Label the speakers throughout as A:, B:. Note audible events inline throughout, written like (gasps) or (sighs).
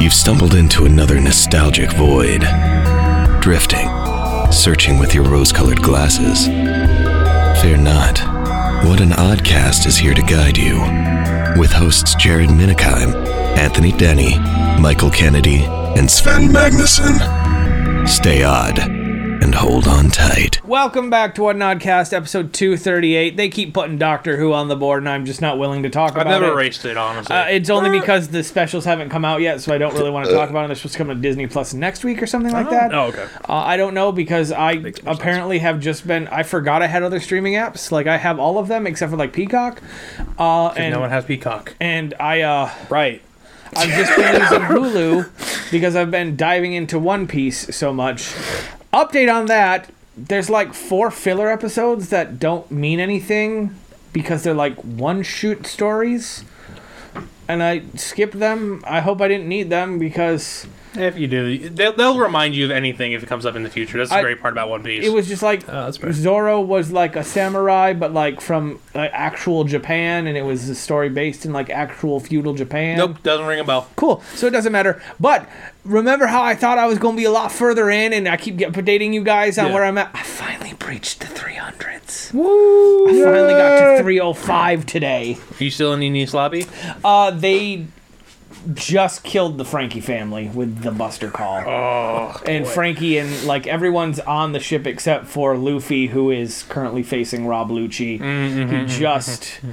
A: You've stumbled into another nostalgic void. Drifting, searching with your rose colored glasses. Fear not. What an Oddcast is here to guide you. With hosts Jared Minikheim, Anthony Denny, Michael Kennedy, and Sven Magnuson. Stay odd and hold on tight.
B: Welcome back to What Nodcast, episode 238. They keep putting Doctor Who on the board, and I'm just not willing to talk
C: I've
B: about
C: never
B: it.
C: raced it, honestly.
B: Uh, it's only because the specials haven't come out yet, so I don't really want to talk about it. They're supposed to come to Disney Plus next week or something like that.
C: oh, okay.
B: Uh, I don't know because I apparently have just been. I forgot I had other streaming apps. Like I have all of them except for like Peacock, uh, and
C: no one has Peacock.
B: and I uh,
C: Right.
B: I've just been using Hulu because I've been diving into One Piece so much. Update on that: there's like four filler episodes that don't mean anything because they're like one shoot stories, and I skipped them. I hope I didn't need them because
C: If you do, they'll, they'll remind you of anything if it comes up in the future. That's the
B: I-
C: great part about One Piece.
B: it was just like
C: Oh, that's fair.
B: Zoro was like a samurai, but like from like, actual Japan, and it was a story based in like actual feudal Japan.
C: nope, doesn't ring a bell.
B: cool. So it doesn't matter. But remember how I thought I was going to be a lot further in, and I keep get- updating you guys on
C: Yeah.
B: where I'm at. I finally breached the 300s. Woo! I finally got to 305 today.
C: Are you still in Nini's lobby?
B: Uh, they just killed the Frankie family with the Buster call. Oh, and Frankie and like everyone's on the ship except for Luffy, who is currently facing Rob Lucci. He just. He,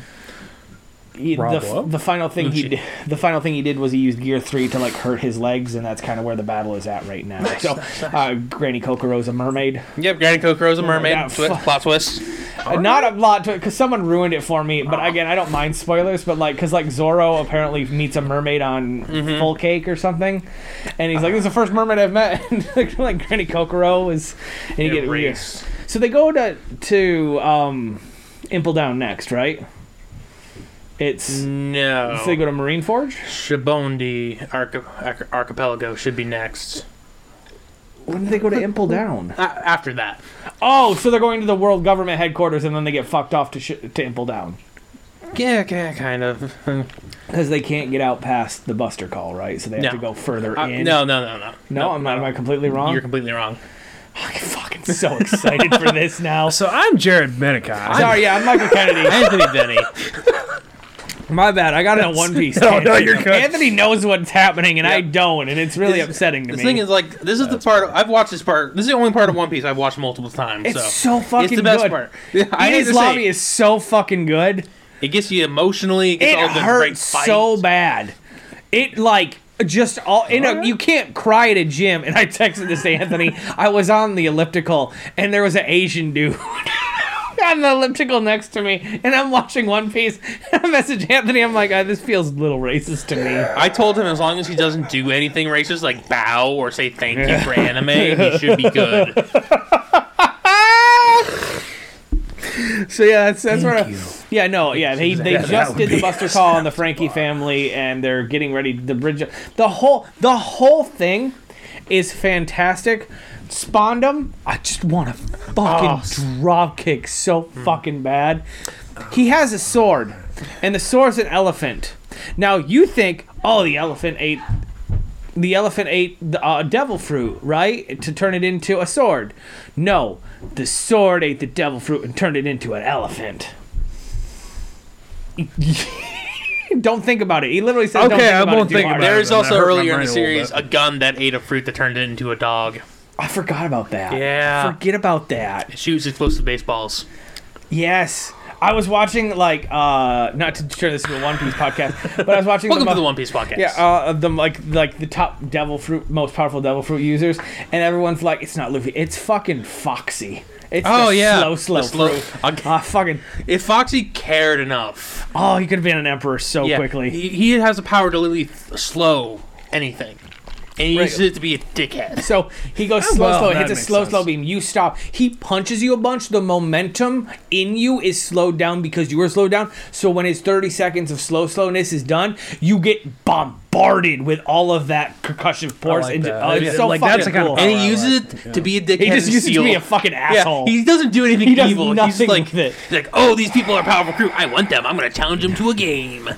C: Mm-hmm, Rob
B: the,
C: what?
B: the final thing he
C: Lucci.
B: did, the final thing he did was he used gear three to like hurt his legs, and that's kind of where the battle is at right now. so, Uh, Granny Kokoro's a mermaid.
C: Yep, Granny Kokoro's a mermaid.
B: yeah,
C: Twi-
B: fuck.
C: plot twist.
B: Uh, Not a lot to it because someone ruined it for me. But again, I don't mind spoilers. But like, because like Zorro apparently meets a mermaid on
C: Mm-hmm.
B: Full Cake or something, and he's like, "This is the first mermaid I've met." (laughs) And like Granny Kokoro is, and you get weird.
C: Erase.
B: So they go to to um, Impel Down next, right? It's
C: No.
B: so they go to Marine Forge.
C: Shibondi Archi- Arch- Archipelago should be next.
B: When do they go
C: (laughs)
B: to Impel Down?
C: A- after that.
B: Oh, so they're going to the World Government headquarters, and then they get fucked off to sh- to Impel Down.
C: Yeah, yeah, kind of. Uh,
B: Because they can't get out past the Buster Call, right? So they have
C: No. Uh,
B: to go further in.
C: no, no, no, no.
B: No, I'm not. Am I completely (laughs) wrong?
C: You're completely wrong.
B: I'm fucking so excited for (laughs) this now.
D: So I'm Jared Menikai.
B: Sorry, yeah, I'm Michael Kennedy.
C: Anthony Denny.
B: (laughs)
C: (laughs)
B: My bad. I got it on One (laughs) Piece.
D: No, no, you're good.
B: Anthony knows what's happening, and I
C: Yeah.
B: don't, and it's really
C: It's-
B: upsetting to
C: The
B: me.
C: thing is, like, this is the part I've watched. This part. This is the only part of One Piece I've watched multiple times.
B: It's so
C: so,
B: fucking
C: It's the best
B: good. (laughs)
C: part. Yeah, I hate
B: His
C: to
B: lobby
C: say, it.
B: is so fucking good.
C: it gets you emotionally. It, gets
B: It
C: all the great
B: hurts so
C: fights.
B: bad. It like just all you know. You can't cry at a gym. And I texted this to
D: (laughs)
B: Anthony. I was on the elliptical, and there was an Asian dude. (laughs) On the elliptical next to me, and I'm watching One Piece. (laughs) And I message Anthony. I'm like, "Ah, this feels a little racist to
D: (laughs)
B: me.
C: I told him as long as he doesn't do anything racist, like bow or say thank you for anime,
B: (laughs)
C: he should be good.
B: So yeah, that's that's where. I, yeah, no, yeah, they, they
D: That- that
B: just
D: would
B: did the
D: be- (laughs)
B: Buster Call on the Frankie family, and they're getting ready the bridge. The whole the whole thing is fantastic. Spondum, I just want to fucking
D: Oh.
B: drop kick so
D: Hmm.
B: fucking bad. He has a sword, and the sword's an elephant. Now you think, oh, the elephant ate the elephant ate the uh, devil fruit, right? To turn it into a sword. No, the sword ate the devil fruit and turned it into an elephant. (laughs) don't think about it. He literally said, "Don't
D: Okay,
B: think
D: I
B: about
D: won't
B: it too
D: think
B: hard."
D: about
C: There is
D: That
C: also
D: hurt my
C: earlier in
D: brain
C: the
D: a little
C: series
D: bit.
C: a gun that ate a fruit that turned it into a dog.
B: I forgot about that.
C: Yeah.
B: forget about that.
C: It shoots explosive baseballs.
B: Yes, I was watching like uh not to turn this into a One Piece podcast, but I was watching.
C: Welcome
B: the
C: to the
B: mo-
C: One Piece podcast.
B: Yeah, uh, the like like the top devil fruit, most powerful devil fruit users, and everyone's like, it's not Luffy, it's fucking Foxy. It's
C: Oh,
B: the
C: yeah.
B: slow, slow,
C: The slow-
B: fruit.
C: Okay.
B: Ah, fucking.
C: if Foxy cared enough,
B: Oh, he could have been an emperor so
C: yeah,
B: quickly.
C: he, he has the power to literally th- slow anything, and he
B: Right.
C: uses it to be a
B: (laughs)
C: dickhead.
B: so he goes slow,
D: Oh, well,
B: slow,
D: that
B: hits a
D: makes
B: slow, slow
D: sense.
B: beam. You stop. He punches you a bunch. The momentum in you is slowed down because you were slowed down. So when his 30 seconds of slow, slowness is done, you get bombarded with all of that percussive force.
D: like
B: and
D: that.
B: oh, it's
D: Yeah,
B: so
D: like,
B: fucking
D: that's the kind of
B: cool.
D: power
C: And
D: Oh, I
C: he uses it to be a dickhead.
B: He just
C: and
B: uses it to
C: steal.
B: be a fucking asshole.
C: Yeah, he doesn't do anything
B: He does
C: evil.
B: nothing
C: He's just like,
B: with it.
C: like, oh, these people are a powerful crew. I want them. I'm gonna challenge them to a game.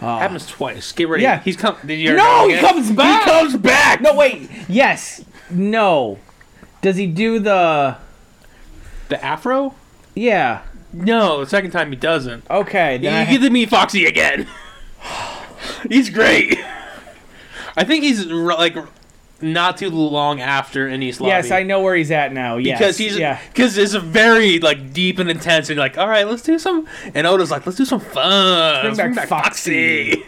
C: Happens twice. Get ready.
B: Uh, Yeah.
C: he's come. Did you ever
B: No,
C: go
B: he
C: again?
B: comes back!
C: He comes back.
B: No, wait. Yes. No. Does he do the?
C: the afro.
B: Yeah.
C: No, the second time he doesn't.
B: Okay.
C: You
B: Then I-
C: get to meet Foxy again. (sighs) he's great. I think he's r- like not too long after in East Lobby.
B: yes, I know where he's at now. Yes.
C: because he's
B: yeah.
C: because it's a very like deep and intense and you're like all right let's do some and Oda's like let's do some fun
B: Bring
C: Let's bring
B: back
C: back Foxy.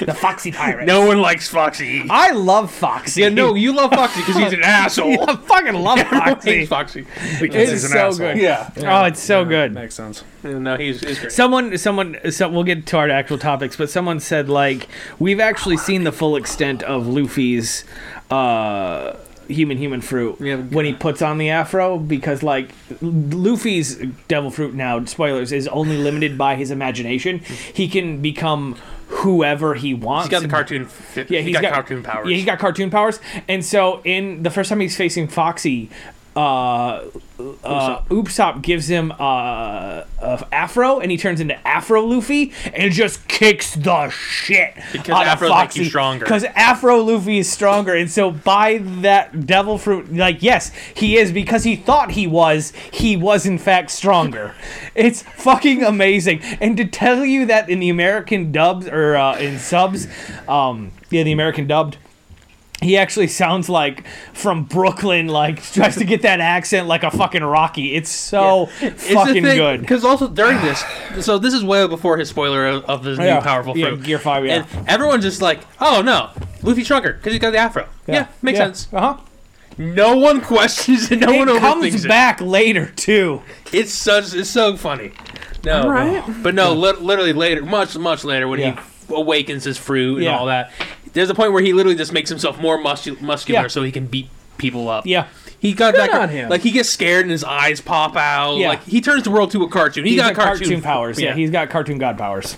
B: The Foxy Pirate.
C: (laughs) no one likes Foxy
B: I love Foxy.
C: yeah no you love Foxy because
B: (laughs)
C: he's an asshole
B: I fucking love
C: Everyone hates (laughs)
B: Foxy.
C: Foxy
D: Because
B: It's so good.
C: yeah
B: Oh, it's so good.
D: Makes sense.
C: no he's, he's great
B: Someone, someone, so we'll get to our actual topics, but someone said like we've actually seen the full extent of Luffy's uh, human human fruit
C: Yeah.
B: when he puts on the afro because like Luffy's devil fruit now spoilers is only limited by his imagination. He can become whoever he wants.
C: he's got the cartoon fit-
B: Yeah,
C: he's
B: he's
C: got, cartoon powers
B: Yeah, he's got cartoon powers. And so in the first time he's facing Foxy, uh, uh, Usopp gives him uh, a afro, and he turns into Afro Luffy, and just kicks the shit
C: Because Afro make you stronger.
B: Because Afro Luffy is stronger, and so by that Devil Fruit, like yes, he is because he thought he was. He was in fact
C: (laughs)
B: stronger. it's fucking amazing, and to tell you that in the American dubs or uh, in subs, um, yeah, the American dubbed he actually sounds like from Brooklyn, like (laughs) tries to get that accent like a fucking Rocky. It's so fucking good.
C: Because also during this, so this is way before his spoiler of, of his
B: Yeah.
C: new powerful
B: Yeah,
C: fruit.
B: Gear five, yeah.
C: And everyone's just like, oh no, Luffy Trunker, because he's got the afro. Yeah, makes sense.
B: Uh huh.
C: No one questions it. No one
B: It
C: overthinks
B: comes
C: it.
B: back later too.
C: It's such. It's so funny. No, but no, li- literally later, much much later, when
B: Yeah.
C: he awakens his fruit and
B: Yeah.
C: all that. There's a point where he literally just makes himself more muscu- muscular
B: Yeah.
C: so he can beat people up.
B: Yeah.
C: He got that.
D: on him.
C: Like he gets scared and his eyes pop out.
B: Yeah.
C: Like he turns the world to a cartoon. He
B: He's
C: got
B: got cartoon,
C: cartoon
B: powers. Yeah. he's got cartoon god powers.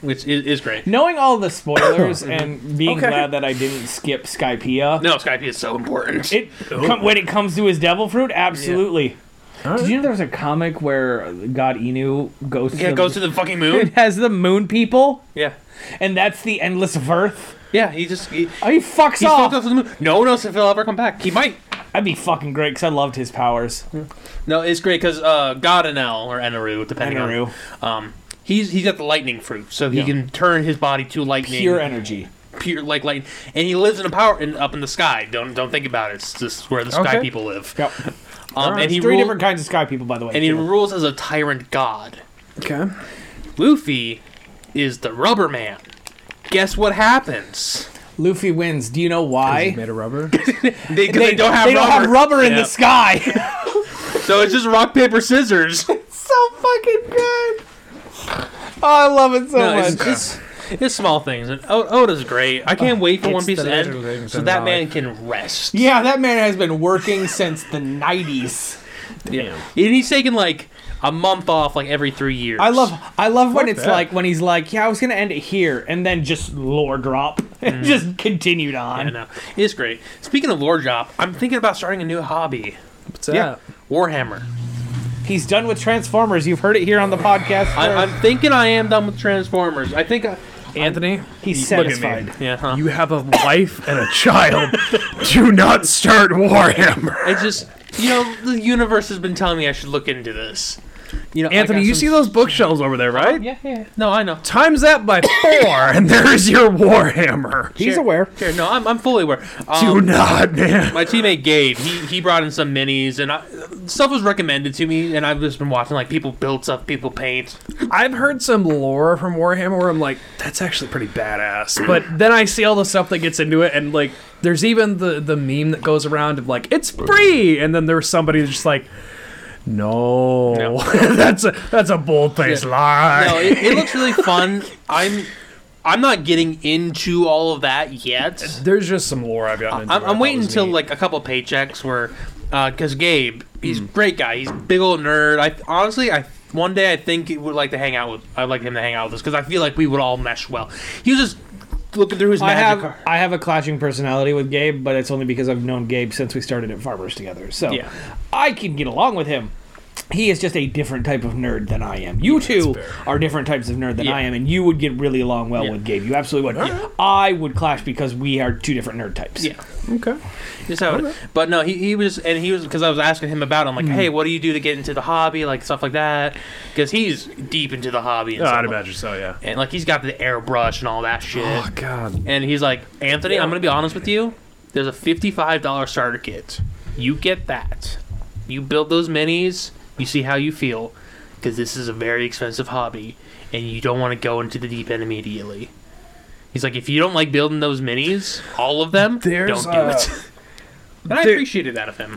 C: which is, is great.
B: Knowing all the
C: (coughs)
B: spoilers and being
D: Okay.
B: glad that I didn't skip Skypea.
C: No, Skype is so important.
B: It com- when it comes to his devil fruit, absolutely. Did you know there's a comic where God Inu goes
C: (laughs) yeah,
B: to
C: it goes to the fucking
B: (laughs)
C: moon.
B: it has the moon people,
C: yeah,
B: and that's the endless verth.
C: yeah. He just he, he's
B: Oh, he fucks
C: fucked
B: off.
C: up to the moon. No one else if he'll ever come back. He might.
B: That'd be fucking great because I loved his powers.
C: No, it's great because uh, God and El or Enaru, depending
B: Enaru.
C: on. Um, he's he's got the lightning fruit, so he
B: Yeah.
C: can turn his body to lightning,
B: Pure energy.
C: pure like lightning, and he lives in a power in, up in the sky. Don't don't think about it. It's just where the sky
D: Okay.
C: people live.
B: Yep.
C: Um, and he
B: Three
C: rule-
B: different kinds of sky people, by the way.
C: and he
B: too.
C: rules as a tyrant god.
D: Okay.
C: Luffy is the Rubber Man. Guess what happens?
B: Luffy wins. Do you know why?
D: Made of rubber.
C: They, 'cause they don't have
B: they
C: rubber,
B: don't have rubber in
C: Yeah.
B: the
C: (laughs)
B: sky.
C: so it's just rock paper scissors. (laughs)
B: so fucking good. Oh, I love it so
C: No,
B: much.
C: it's, it's, it's small things. And O- Oda's great. I can't wait for
D: It's
C: One Piece
D: the
C: to end
D: legend
C: so
D: of
C: that
D: Zendaya.
C: man can rest.
B: yeah, that man has been working since the '90s.
C: Yeah. And he's taking like a month off like every three years.
B: I love, I love when it's
D: that.
B: like when he's like, "Yeah, I was gonna end it here," and then just lore drop, (laughs)
C: Mm.
B: and just continued
C: I
B: on.
C: know. It's great. Speaking of lore drop, I'm thinking about starting a new hobby.
D: What's
B: Yeah.
D: that?
C: Warhammer.
B: He's done with Transformers. You've heard it here on the podcast.
C: I, I'm thinking I am done with Transformers. I think I,
D: Anthony,
B: he's
D: look at me.
B: satisfied.
C: yeah, huh?
D: You have a wife and a
C: (laughs)
D: child. Do not start Warhammer.
C: It's just you know the universe has been telling me I should look into this. You know, I
D: Anthony,
C: got
D: you
C: some-
D: see those bookshelves over there, right?
C: Yeah, yeah. No, I know.
D: Times
C: (coughs)
D: that by four, and there's your Warhammer.
B: He's
C: Sure.
B: aware.
C: Here, no, I'm, I'm fully aware. Um,
D: Do not, man.
C: my teammate Gabe, he, he brought in some minis and I, stuff was recommended to me, and I've just been watching like people build stuff, people paint.
D: I've heard some lore from Warhammer where I'm like, that's actually pretty badass.
C: (clears throat)
D: But then I see all the stuff that gets into it, and like, there's even the the meme that goes around of like, it's free, and then there's somebody that's just like, no, (laughs) that's a that's a bold faced lie.
C: No, it, it looks really fun. I'm I'm not getting into all of that yet.
D: there's just some lore I've gotten. Into
C: I'm,
D: I thought
C: I'm waiting
D: was
C: until
D: neat.
C: like a couple paychecks where, because Gabe,
D: Hmm.
C: he's a great guy. He's a big old nerd. I honestly, I one day I think he would like to hang out with. I'd like him to hang out with us because I feel like we would all mesh well. He was just looking through his
B: I
C: magic.
B: have
C: card.
B: I have a clashing personality with Gabe, but it's only because I've known Gabe since we started at Farmers together. So
C: Yeah.
B: I can get along with him. he is just a different type of nerd than I am. You two are different types of nerd than I am, and you would get really along well with Gabe. You absolutely would. I would clash because we are two different nerd types.
C: Yeah.
D: Okay.
C: Just how it- but no, he, he was, and he was because I was asking him about. It, I'm
D: Hmm.
C: like, hey, what do you do to get into the hobby, like stuff like that? Because he's deep into the hobby. And,
D: Oh,
C: stuff
D: I'd
C: like-
D: imagine so. Yeah.
C: and like he's got the airbrush and all that
D: (gasps)
C: shit.
D: Oh God.
C: And he's like, Anthony, I'm gonna be honest with you. There's a fifty-five dollar starter kit. You get that. You build those minis. You see how you feel, because this is a very expensive hobby, and you don't want to go into the deep end immediately. He's like, if you don't like building those minis, all of them,
D: There's,
C: don't do
D: uh,
C: it. (laughs) And I
D: there-
C: appreciated that of him.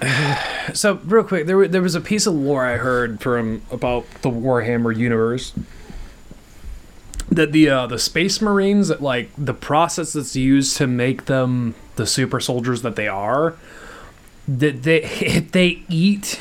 D: So real quick, there wa- there was a piece of lore I heard from about the Warhammer universe that the uh, the Space Marines, that, like the process that's used to make them the super soldiers that they are, that they (laughs) if they eat,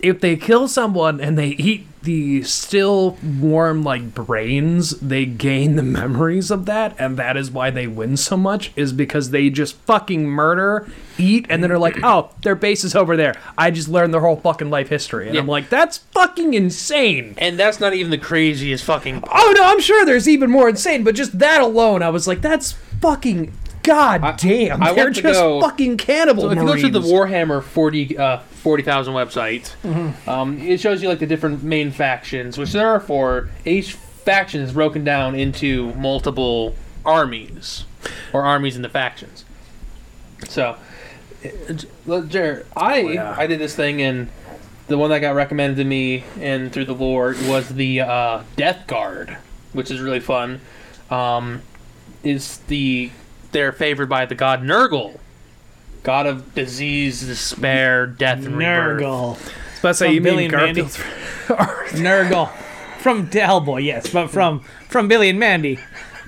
D: if they kill someone and they eat the still warm like brains, they gain the (laughs) memories of that, and that is why they win so much. Is because they just fucking murder, eat, and then are like, oh, their base is over there. I just learned their whole fucking life history, and I'm
C: Yeah.
D: like, that's fucking insane.
C: And that's not even the craziest fucking.
D: Oh no, I'm sure there's even more insane, but just that alone, I was like, that's fucking goddamn.
C: I
D: They're
C: want to
D: just
C: go-
D: fucking cannibal
C: So if you go to the
D: Marines.
C: Warhammer 40 uh, 40,000 website, um, it shows you like the different main factions, which there are four. Each faction is broken down into multiple armies, or armies into factions. So, uh, J- well, Jared, I
D: yeah.
C: I did this thing, and the one that got recommended to me and through the lore was the uh, Death Guard, which is really fun. Um, is the they're favored by the god Nurgle, god of disease, despair, death, and rebirth.
B: Nurgle.
D: Let's say
B: from
D: you
B: Billy
D: mean
B: and Mandy.
D: Garfield.
C: (laughs)
B: Nurgle. From Hellboy, yes, but from from Billy and Mandy.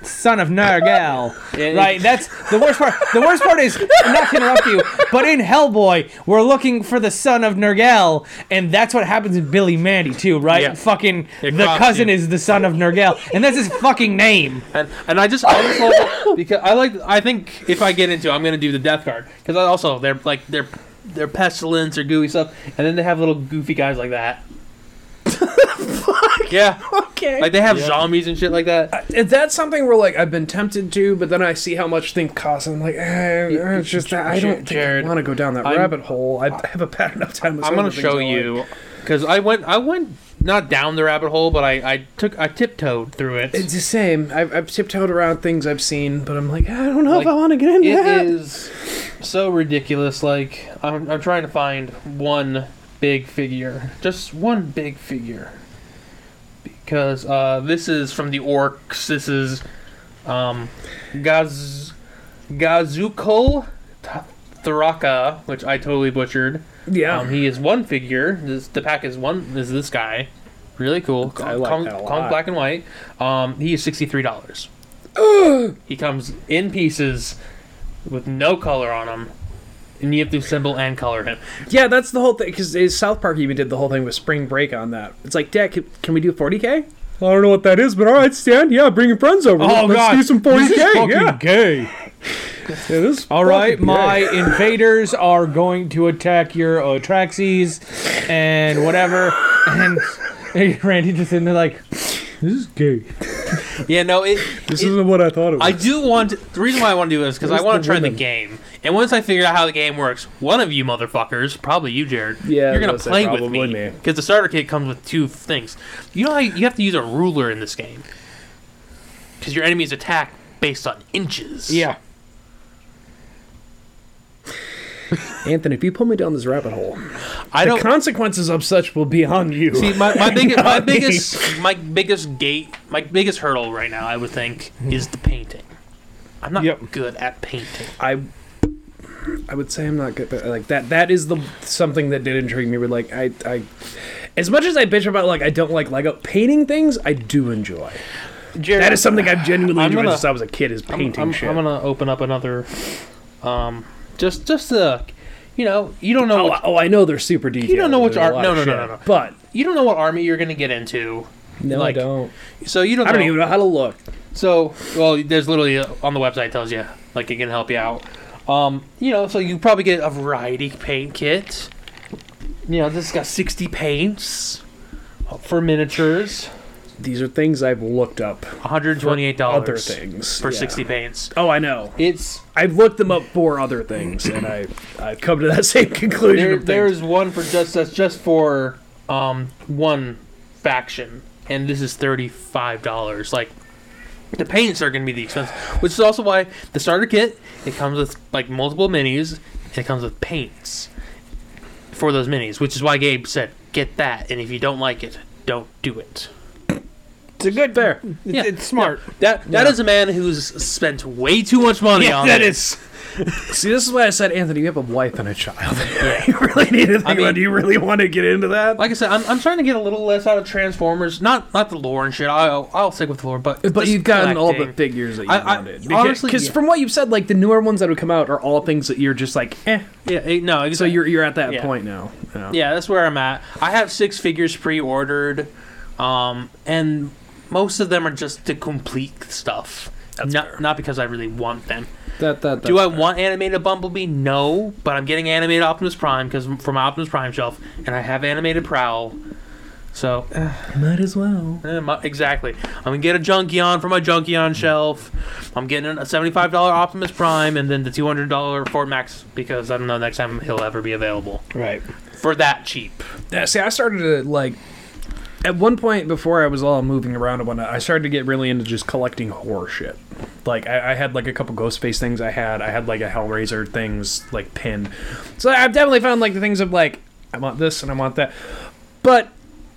B: Son of Nurgle.
C: Yeah,
B: right, that's the worst part. The worst part is not to interrupt you, but in Hellboy, we're looking for the son of Nurgle, and that's what happens in Billy and Mandy too, right?
C: Yeah.
B: Fucking
C: It
B: the
C: crossed
B: cousin
C: you.
B: is the son of Nurgle, and that's his fucking name.
C: And, and I just I just love it (laughs) because I like I think if I get into it, I'm gonna do the death guard because I also they're like they're they're pestilence or gooey stuff and then they have little goofy guys like that. Yeah,
D: (laughs) Okay.
C: like they have zombies and shit like that.
D: Is that something where like I've been tempted to, but then I see how much things cost, and I'm like, eh, it's just that I
C: Jar-
D: don't think
C: Jared,
D: I want to go down that
C: I'm-
D: rabbit hole. I have a bad enough time. with
C: I'm
D: some
C: gonna
D: of the
C: show
D: things I like.
C: you because I went I went not down the rabbit hole, but I I took I tiptoed through it.
D: It's the same. I've, I've tiptoed around things I've seen, but I'm like, I don't know
C: Like,
D: if I want to get
C: (laughs)
D: into
C: It
D: (laughs) that.
C: is so ridiculous. Like I'm, I'm trying to find one big figure, just one big figure, because uh, this is from the orcs. This is um, Gaz Gazuko Th- Thraka, which I totally butchered.
D: yeah.
C: Um, he is one figure. This, the pack is one. Is this guy? Really cool.
D: I like
C: Comes-
D: that a lot.
C: comes black and white. Um, he is sixty three dollars. he comes in pieces with no color on him, and you have to assemble and color him.
D: Yeah, that's the whole thing. Because South Park even did the whole thing with Spring Break on that. It's like, Dad, can, can we do 40k? I don't know what that is, but all right, Stan. Yeah, bring your friends over.
B: Oh, gay.
D: this
B: All right, my invaders are going to attack your Atraxes and whatever. And and (laughs) Randy just in there like, this is gay.
C: Yeah, no, it.
D: This isn't what I thought it was.
C: I do want the reason why I want to do this because I
D: Where's
C: want
D: the
C: to try the
D: women?
C: game, and once I figure out how the game works, one of you motherfuckers, probably you, Jared,
D: Yeah, I
C: you're gonna
D: was gonna
C: play
D: say
C: with
D: probably
C: me
D: me.
C: because the starter kit comes with two things. You know how you have to use a ruler in this game because your enemies attack based on inches.
B: Yeah.
D: Anthony, if you pull me down this rabbit hole,
C: I
D: the
C: don't.
D: consequences of such will be on you.
C: See, my,
D: (laughs)
C: my, big, my
D: Not me.
C: biggest my biggest gate my biggest hurdle right now I would think is the painting. I'm not
B: Yep.
C: good at painting.
D: I I would say I'm not good, but like that that is the something that did intrigue me. With like I I, as much as I bitch about like I don't like Lego painting things, I do enjoy.
C: Jared,
D: That is something I've genuinely
C: I'm
D: enjoyed
C: gonna-
D: since I was a kid. Is
C: I'm-
D: painting
C: I'm,
D: shit.
C: I'm gonna open up another, um, just just the, you know, you don't know
D: Oh,
C: what,
D: I- oh, I know they're super detailed.
C: You don't know
D: and
C: which
D: there's a
C: art-
D: lot
C: no,
D: of
C: no, no,
D: shit,
C: no, no.
D: But
C: you don't know what army you're gonna get into.
D: no,
C: Like-
D: I don't.
C: So you don't.
D: I don't
C: know.
D: even know how to look.
C: So, well, there's literally uh, on the website it tells you like it can help you out. Um, you know, so you probably get a variety paint kit, You know, this has got 60 paints uh, for miniatures.
D: These are things I've looked up.
C: $128
D: Other things
C: for
D: yeah.
C: 60 paints.
D: Oh, I know.
C: It's
D: I've looked them up for other things, and I I've come to that (laughs) same conclusion.
C: there,
D: of things.
C: there's one for just that's just for um one faction and this is $35 like the paints are going to be the expense which is also why the starter kit it comes with like multiple minis and it comes with paints for those minis which is why gabe said get that and if you don't like it don't do it
B: It's a good
D: Fair.
B: It's,
C: Yeah.
B: it's smart.
C: that that is a man who's spent way too much money on
D: that
C: this.
D: is. See, this is why I said, Anthony, you have a wife and a child. (laughs) you really need to think
C: I mean-
D: about. Do you really want to get into that?
C: like I said, I'm, I'm starting to get a little less out of Transformers. Not not the lore and shit. I'll I'll stick with the lore, but
D: But
C: just
D: you've gotten all the
C: collecting.
D: figures that you
C: I- I-
D: wanted.
C: honestly,
D: because
C: yeah.
D: from what you've said, like the newer ones that would come out are all things that you're just like, eh.
C: Yeah, eh, no.
D: So
C: Exactly.
D: you're you're at that
C: Yeah.
D: point now. Yeah.
C: yeah, that's where I'm at. I have six figures pre-ordered, um, and most of them are just to complete stuff.
D: That's
C: not
D: fair.
C: not because I really want them.
D: That that.
C: Do I want animated Bumblebee? No, but I'm getting animated Optimus Prime because from my Optimus Prime shelf, and I have animated Prowl. So
D: I might as well.
C: Eh, my- Exactly. I'm gonna get a Junkion for my Junkion shelf. I'm getting a seventy-five dollar Optimus Prime, and then the two hundred dollar Fort Max because I don't know next time he'll ever be available
B: Right.
C: for that cheap.
D: Yeah, see, I started to like. At one point before I was all moving around and whatnot, I started to get really into just collecting horror shit. Like I, I had like a couple Ghostface things I had. I had like a Hellraiser things like pinned. So I've definitely found like the things of like I want this and I want that, but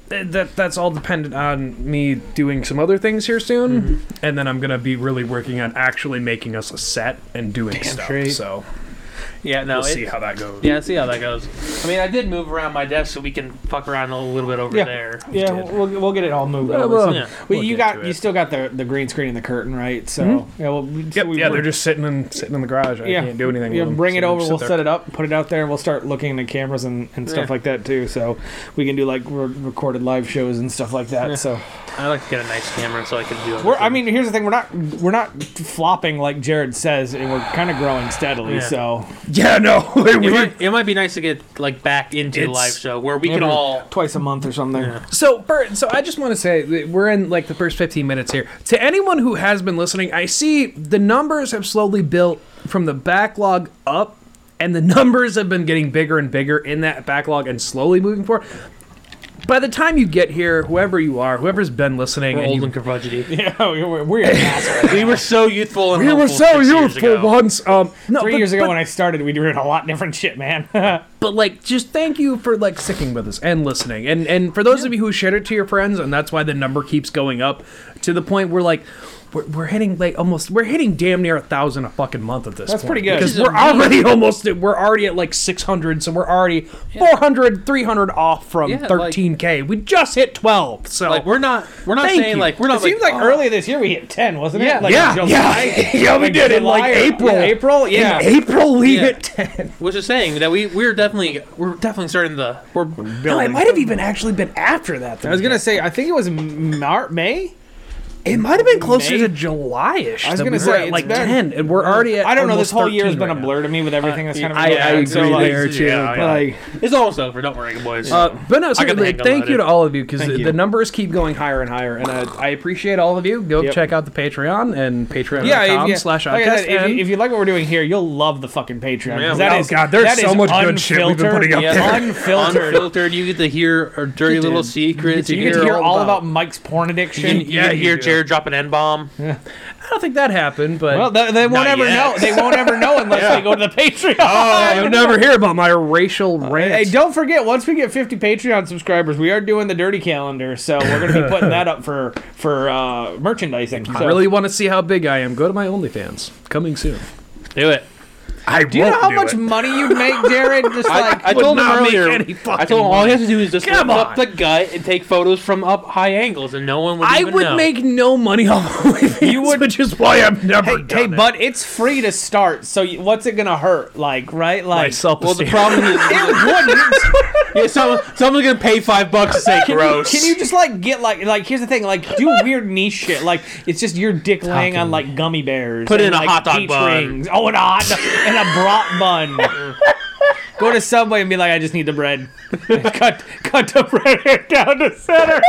D: th- that that's all dependent on me doing some other things here soon, and then I'm gonna be really working on actually making us a set and doing stuff.
B: straight.
D: So
C: Yeah, no.
D: we'll
C: it-
D: see how that goes.
C: yeah, see how that goes. I mean, I did move around my desk so we can fuck around a little bit over
B: Yeah.
C: there.
B: Yeah,
D: Did.
B: we'll, we'll get it all moved
D: Well,
B: over.
D: well,
B: so-
C: Yeah.
B: but
D: we'll
B: you
D: get
B: got
D: to
B: you
D: it.
B: still got the the green screen and the curtain, right? So yeah, well, we- so
D: Yep,
B: we
D: yeah,
B: bring-
D: they're just sitting in sitting in the garage. I can't do anything.
B: Yeah,
D: with them.
B: bring
D: So
B: it
D: they
B: over.
D: just
B: We'll
D: sit
B: set
D: there.
B: it up, put it out there, and we'll start looking at cameras and, and stuff
C: Yeah.
B: like that too. So we can do like re- recorded live shows and stuff like that. So
C: I like to get a nice camera so I can do.
B: we're. I
C: everything.
B: mean, here's the thing: we're not we're not flopping like Jared says, and we're kind of growing steadily.
C: Yeah.
B: So
D: Yeah, no. (laughs) we-
C: It might, it might be nice to get like back into the
D: It's-
C: live show where we can
B: Every-
C: all
B: twice a month or something.
D: so, Bert, so I just want to say that we're in like the first 15 minutes here. To anyone who has been listening, I see the numbers have slowly built from the backlog up, and the (laughs) numbers have been getting bigger and bigger in that backlog and slowly moving forward. By the time you get here, whoever you are, whoever's been listening,
C: we're
D: and
C: old
D: you
C: and curmudgeonly.
B: (laughs) Yeah, we're, we're (laughs) an asshole.
C: (laughs) we were so youthful. And
D: we were
C: hopeful
D: so
C: six years
D: youthful
C: ago.
D: once. Um, no,
B: Three
D: but-
B: years ago
D: but-
B: when I started, we were in a lot different shit, man. (laughs)
D: but like just thank you for like sticking with us and listening and and for those of you who shared it to your friends and that's why the number keeps going up to the point where like we're, we're hitting like almost we're hitting damn near a thousand a fucking month at this
B: That's
D: point.
B: pretty good.
D: because
C: This is
D: we're
C: amazing.
D: already almost at- we're already at like 600 so we're already 400 300 off from
C: Yeah, like-
D: 13k we just hit 12 so
C: Like we're not we're not
D: Thank
C: saying
D: you.
C: like we're not
B: Oh. it seems like
C: "Oh,
B: earlier this year we hit ten, wasn't
C: Yeah.
B: it? Like
D: yeah,
B: July- (laughs)
D: yeah, (laughs) yeah, we
B: like
D: did in like
B: July or-
D: April.
B: yeah, April, yeah.
D: in April we
C: Yeah.
D: hit ten. (laughs)
C: was just saying that we we're definitely we're definitely starting the we're
D: No, it might have even actually been after that.
B: I was gonna say, I think it was M- Mar- May.
D: It might have been closer
B: May?
D: to July-ish.
B: I was
D: that
B: gonna
D: we
B: say,
D: were at
B: it's
D: like
B: been-
D: ten, and we're already. At
B: I don't know. This
D: almost
B: whole year has
D: 13
B: been
D: right
B: a
D: now. Uh,
B: blur to me with everything that's kind of.
D: I-
B: going
D: I
B: on.
D: agree
B: So, like,
D: there too.
C: yeah, yeah.
B: Like,
C: it's almost over. Don't worry, boys.
D: Uh, but no,
C: I got
D: seriously,
C: the hang of
D: thank
C: it.
D: you to all of you because
C: Thank you.
D: the numbers keep going higher and higher, and uh, I appreciate all of you. Go
B: Yep.
D: check out the Patreon and patreon.com
B: yeah, if, yeah.
D: slash
B: like I
D: outcast.
B: said, if,
D: and-
B: you, if you like what we're doing here, you'll love the fucking Patreon. 'cause
C: Yeah.
B: that
D: Oh,
B: is-
D: God, there's
B: that
D: so
B: is
D: much good shit we've been
B: unfiltered.
D: putting up
B: Yeah.
D: there.
B: Unfiltered.
C: Unfiltered, you get to hear our dirty
D: You
C: little
D: did.
C: secrets.
B: You get to hear all about Mike's porn
C: You can,
B: addiction.
C: you
D: Yeah,
C: can
D: you
C: hear
D: do.
C: Jared drop an N bomb.
D: I don't think that happened,
B: (laughs)
D: but
B: Well, they, they won't
C: Not
B: ever
C: yet.
B: know. They won't ever know unless they go to the Patreon.
D: oh, (laughs) you'll never hear about my racial
B: (laughs)
D: rant. (laughs)
B: Hey, don't forget, once we get 50 Patreon subscribers, we are doing the dirty calendar, so we're going to be putting that up for for uh, merchandising.
D: I
B: So-
D: really want to see how big I am. Go to my OnlyFans. Coming soon.
C: Do it.
D: I
B: Do you know how much money you'd make, Jared? Just like
C: I, I told him
D: not make
C: earlier.
D: any fucking
C: I told him all he has to do is just
D: Come
C: lift up
D: on.
C: the gut and take photos from up high angles, and no one would.
D: I
C: even
D: would
C: know.
D: make no money (laughs) off OnlyFans, you would, which is why I've never
B: hey,
D: done
B: hey
D: it.
B: but it's free to start, so y- what's it going to hurt? Like, right? Like,
C: Well, the problem
D: (laughs)
C: is,
B: (laughs)
C: yeah, someone, someone's gonna pay five bucks to say gross.
B: Can you just like get like like here's the thing like do weird niche shit like it's just your dick laying on like gummy bears
C: Put
B: and,
C: in a
B: like,
C: hot dog
B: peach
C: bun. (laughs)
B: rings. oh and a hot dog and a brat bun Go to Subway and be like, I just need the bread. (laughs) cut, cut the bread down the center.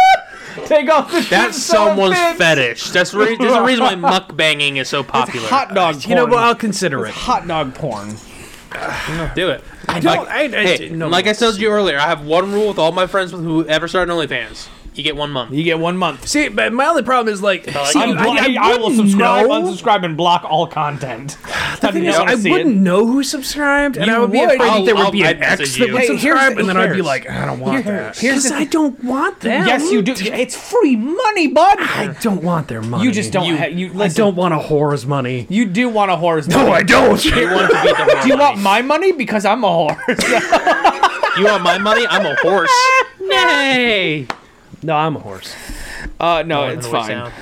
B: Take off the.
C: That's someone's fetish. That's re- there's a reason
D: (laughs)
C: why mukbanging is so popular.
B: Hot dog porn.
D: You know, but I'll consider it.
B: hot dog porn.
C: Do it. I
D: don't- I- I-
C: hey,
D: no.
C: like I told you earlier, I have one rule with all my friends with whoever started OnlyFans. You get one month.
B: You get one month.
D: See, but my only problem is like, see,
B: I'm blo-
D: I,
B: I,
D: I,
B: will
D: wouldn't
B: subscribe,
D: know.
B: unsubscribe, and block all (sighs) content.
D: The thing is,
B: don't
D: I
B: see it.
D: wouldn't know who subscribed, and
B: You
D: I would be
B: would.
D: afraid that there
C: I'll-
D: would be an
C: I'll
D: ex
C: message
D: that
C: you.
D: would
B: Hey, here's-
D: subscribe, and then I'd be
B: here's-
D: like, I don't want that.
B: here's
D: Because
B: the-
D: I don't want that.
B: Yes, you do. It's free money, bud.
D: I don't want their money.
B: You just don't. ha- you
D: I
B: listen.
D: don't want a whore's money. (laughs)
B: You do want a whore's
D: No,
B: money.
D: I don't.
C: You want to be the
D: (laughs)
C: whore
B: Do you want
C: money.
B: my money because I'm a whore? (laughs)
C: You want my money? I'm a horse. Nay.
D: No, I'm a horse.
B: uh, no,
C: That's
B: it's
C: the way it
B: fine.
C: sounds.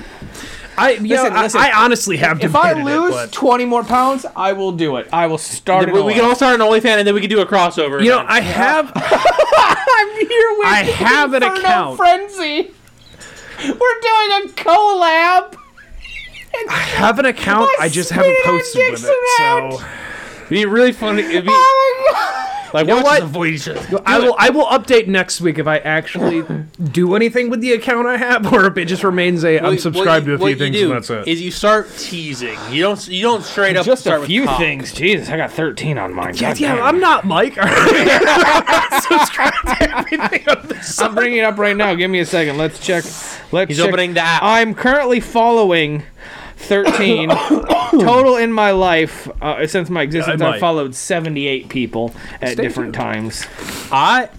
D: I yeah,
B: Listen,
D: I-
B: listen.
D: I, honestly have
B: If I
D: debated it,
B: lose
D: but-
B: 20 more pounds, I will do it. I will start it.
C: We, we
B: all
C: can
B: out.
C: all start an OnlyFans and then we can do a crossover.
D: you know,
C: event.
B: (laughs)
D: I have
B: I'm here with
D: I have an
B: Inferno
D: account.
B: Frenzy. We're doing a collab.
D: have an account. I just
B: spit
D: haven't
B: our
D: posted with
B: dicks
D: it.
B: out.
D: So
C: it'd be really funny. It'd be
B: Oh my god.
C: like
D: know
C: we'll
D: what?
C: just avoid each other.
D: I will I will update next week if I
B: (laughs)
D: actually do anything with the account I have, or if it just remains a I'm
C: What-
D: subscribed to a
C: what
D: few
C: you
D: things
C: do
D: and that's it.
C: Is you start teasing. You don't. You don't straight up
B: Just
C: start
B: a
C: with
B: few
C: cock.
B: things. Jesus, I got 13 on mine.
D: yeah,
B: God
D: yeah,
B: damn.
D: I'm not Mike. (laughs)
C: (laughs)
D: I'm subscribed to everything on the
B: I'm bringing it up right now. Give me a second. Let's check. Let's
C: He's
B: check.
C: opening the app.
B: I'm currently following (coughs) 13 total in my life uh, since my existence.
D: I
B: I've
D: might.
B: followed 78 people at
D: Stay
B: different
D: tuned.
B: times.
C: I.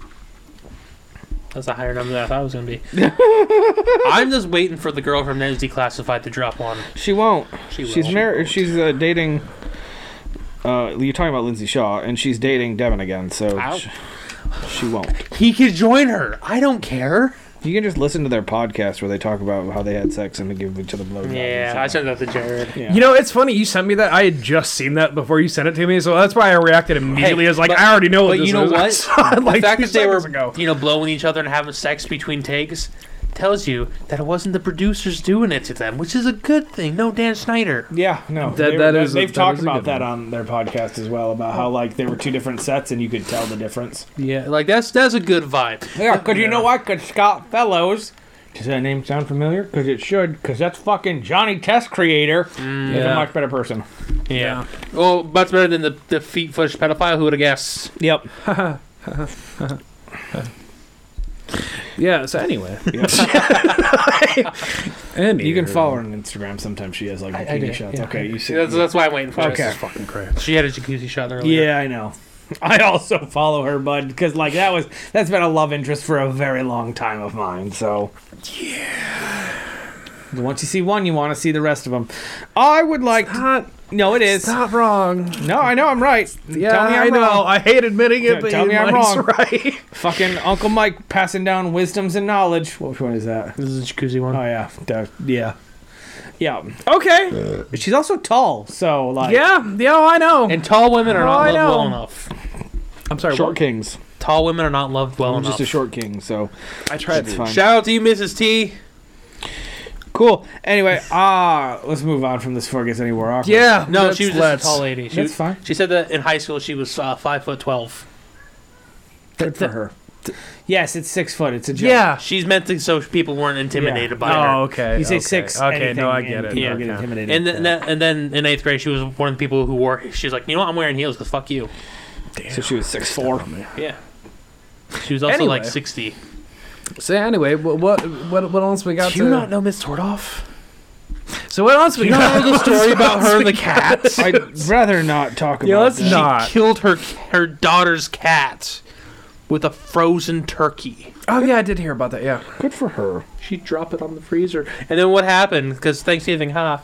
C: That's a higher number than I thought it was gonna be. (laughs) I'm just waiting for the girl from Ned's Declassified to drop one.
B: She won't.
C: She will.
B: She's married. She's uh, dating. Uh, you're talking about Lindsay Shaw, and she's dating Devin again, so
C: Ow.
B: sh- she won't.
C: He could join her. I don't care.
B: You can just listen to their podcast where they talk about how they had sex and they give each other blowjobs. and
C: Yeah,
B: stuff.
C: I sent that to Jared.
D: You know, it's funny you sent me that. I had just seen that before you sent it to me, so that's why I reacted immediately.
C: Hey,
D: as like,
C: but-
D: I already know what
C: But
D: this
C: you know
D: is. (laughs) I
C: what?
D: saw it, like,
C: the fact
D: two
C: that they were,
D: seconds ago.
C: you know, blowing each other and having sex between takes tells you that it wasn't the producers doing it to them, which is a good thing. No Dan Snyder.
B: Yeah, no.
D: That-
B: they,
D: that
B: they-
D: is a-
B: they've
D: that
B: talked
D: is a
B: about
D: good
B: that on their podcast as well about how like there were two different sets and you could tell the difference.
C: Yeah, like that's that's a good vibe.
B: Yeah, because you know why? Because Scott Fellows. Does that name sound familiar? Because it should. Because that's fucking Johnny Test creator. He's
D: Yeah.
B: a much better person.
C: Yeah. Oh, much better than the the feet footish pedophile. Who would have guessed?
B: Yep.
D: Yeah. So anyway, (laughs) and
B: You can follow her on Instagram. Sometimes she has like
D: I
B: bikini
D: do,
B: shots.
D: yeah.
B: Okay, you see.
C: That's, that's why I'm waiting for.
B: Okay.
C: This.
D: Fucking crap.
C: She had a jacuzzi shot
D: Oh,
C: earlier.
B: Yeah, I know. I also follow her, bud, because like that was that's been a love interest for a very long time of mine. So yeah. Once you see one, you want to see the rest of them. I would like. To,
D: Not,
B: no, it is.
D: not wrong.
B: No, I know I'm right.
D: Yeah,
B: Tell me I'm
D: I know.
B: wrong.
D: I hate admitting it,
B: Yeah,
D: but
B: tell
D: you
B: me I'm
D: Mike's
B: wrong.
D: (laughs) right.
B: Fucking Uncle Mike passing down wisdoms and knowledge. Which one is that?
C: This is a jacuzzi one.
B: Oh yeah, Duh, yeah, yeah.
D: Okay.
B: She's also tall, so like
D: Uh. Yeah. Yeah. oh, I know.
C: And tall women are
D: Oh, I
C: not loved
D: know.
C: well enough.
D: I'm sorry.
B: short
D: what-
B: kings.
C: Tall women are not loved well
B: I'm
C: enough.
B: just a short king, so
D: I tried.
B: it's
D: to-
B: fine.
C: Shout out to you, Mrs. T.
B: Cool. Anyway, ah, let's move on from this before it gets any more awkward.
D: Yeah.
C: No,
D: let's-
C: she was just
D: let's-
C: a tall lady. She,
B: that's fine.
C: She said that in high school she was uh, five foot twelve.
B: Good for her. Yes, it's six foot. It's a joke.
D: Yeah.
C: She's meant to so people weren't intimidated
B: Yeah.
C: by
D: Oh,
C: her.
D: okay.
B: You say
D: okay.
B: six.
D: Okay.
B: anything,
D: no, I
B: and
D: get it.
B: People
C: Yeah.
B: get intimidated.
C: And then, and then in eighth grade she was one of the people who wore. She's like, you know what? I'm wearing heels. Cause fuck you.
B: so she was six
D: (laughs)
B: four.
C: Yeah. She was also like
D: Anyway.
C: sixty.
D: So anyway, what what what, what else we got? to...
C: know Miss Tordoff?
D: So what else we
C: You
D: got?
C: don't know the
D: (laughs)
C: story about her and the cat?
B: I'd rather not talk about.
D: Yeah, let's
B: that.
D: not.
C: She killed her her daughter's cat with a frozen turkey.
D: Oh yeah, I did hear about that. Yeah.
B: Good for her.
C: She dropped it on the freezer, and then what happened? Because Thanksgiving, ha,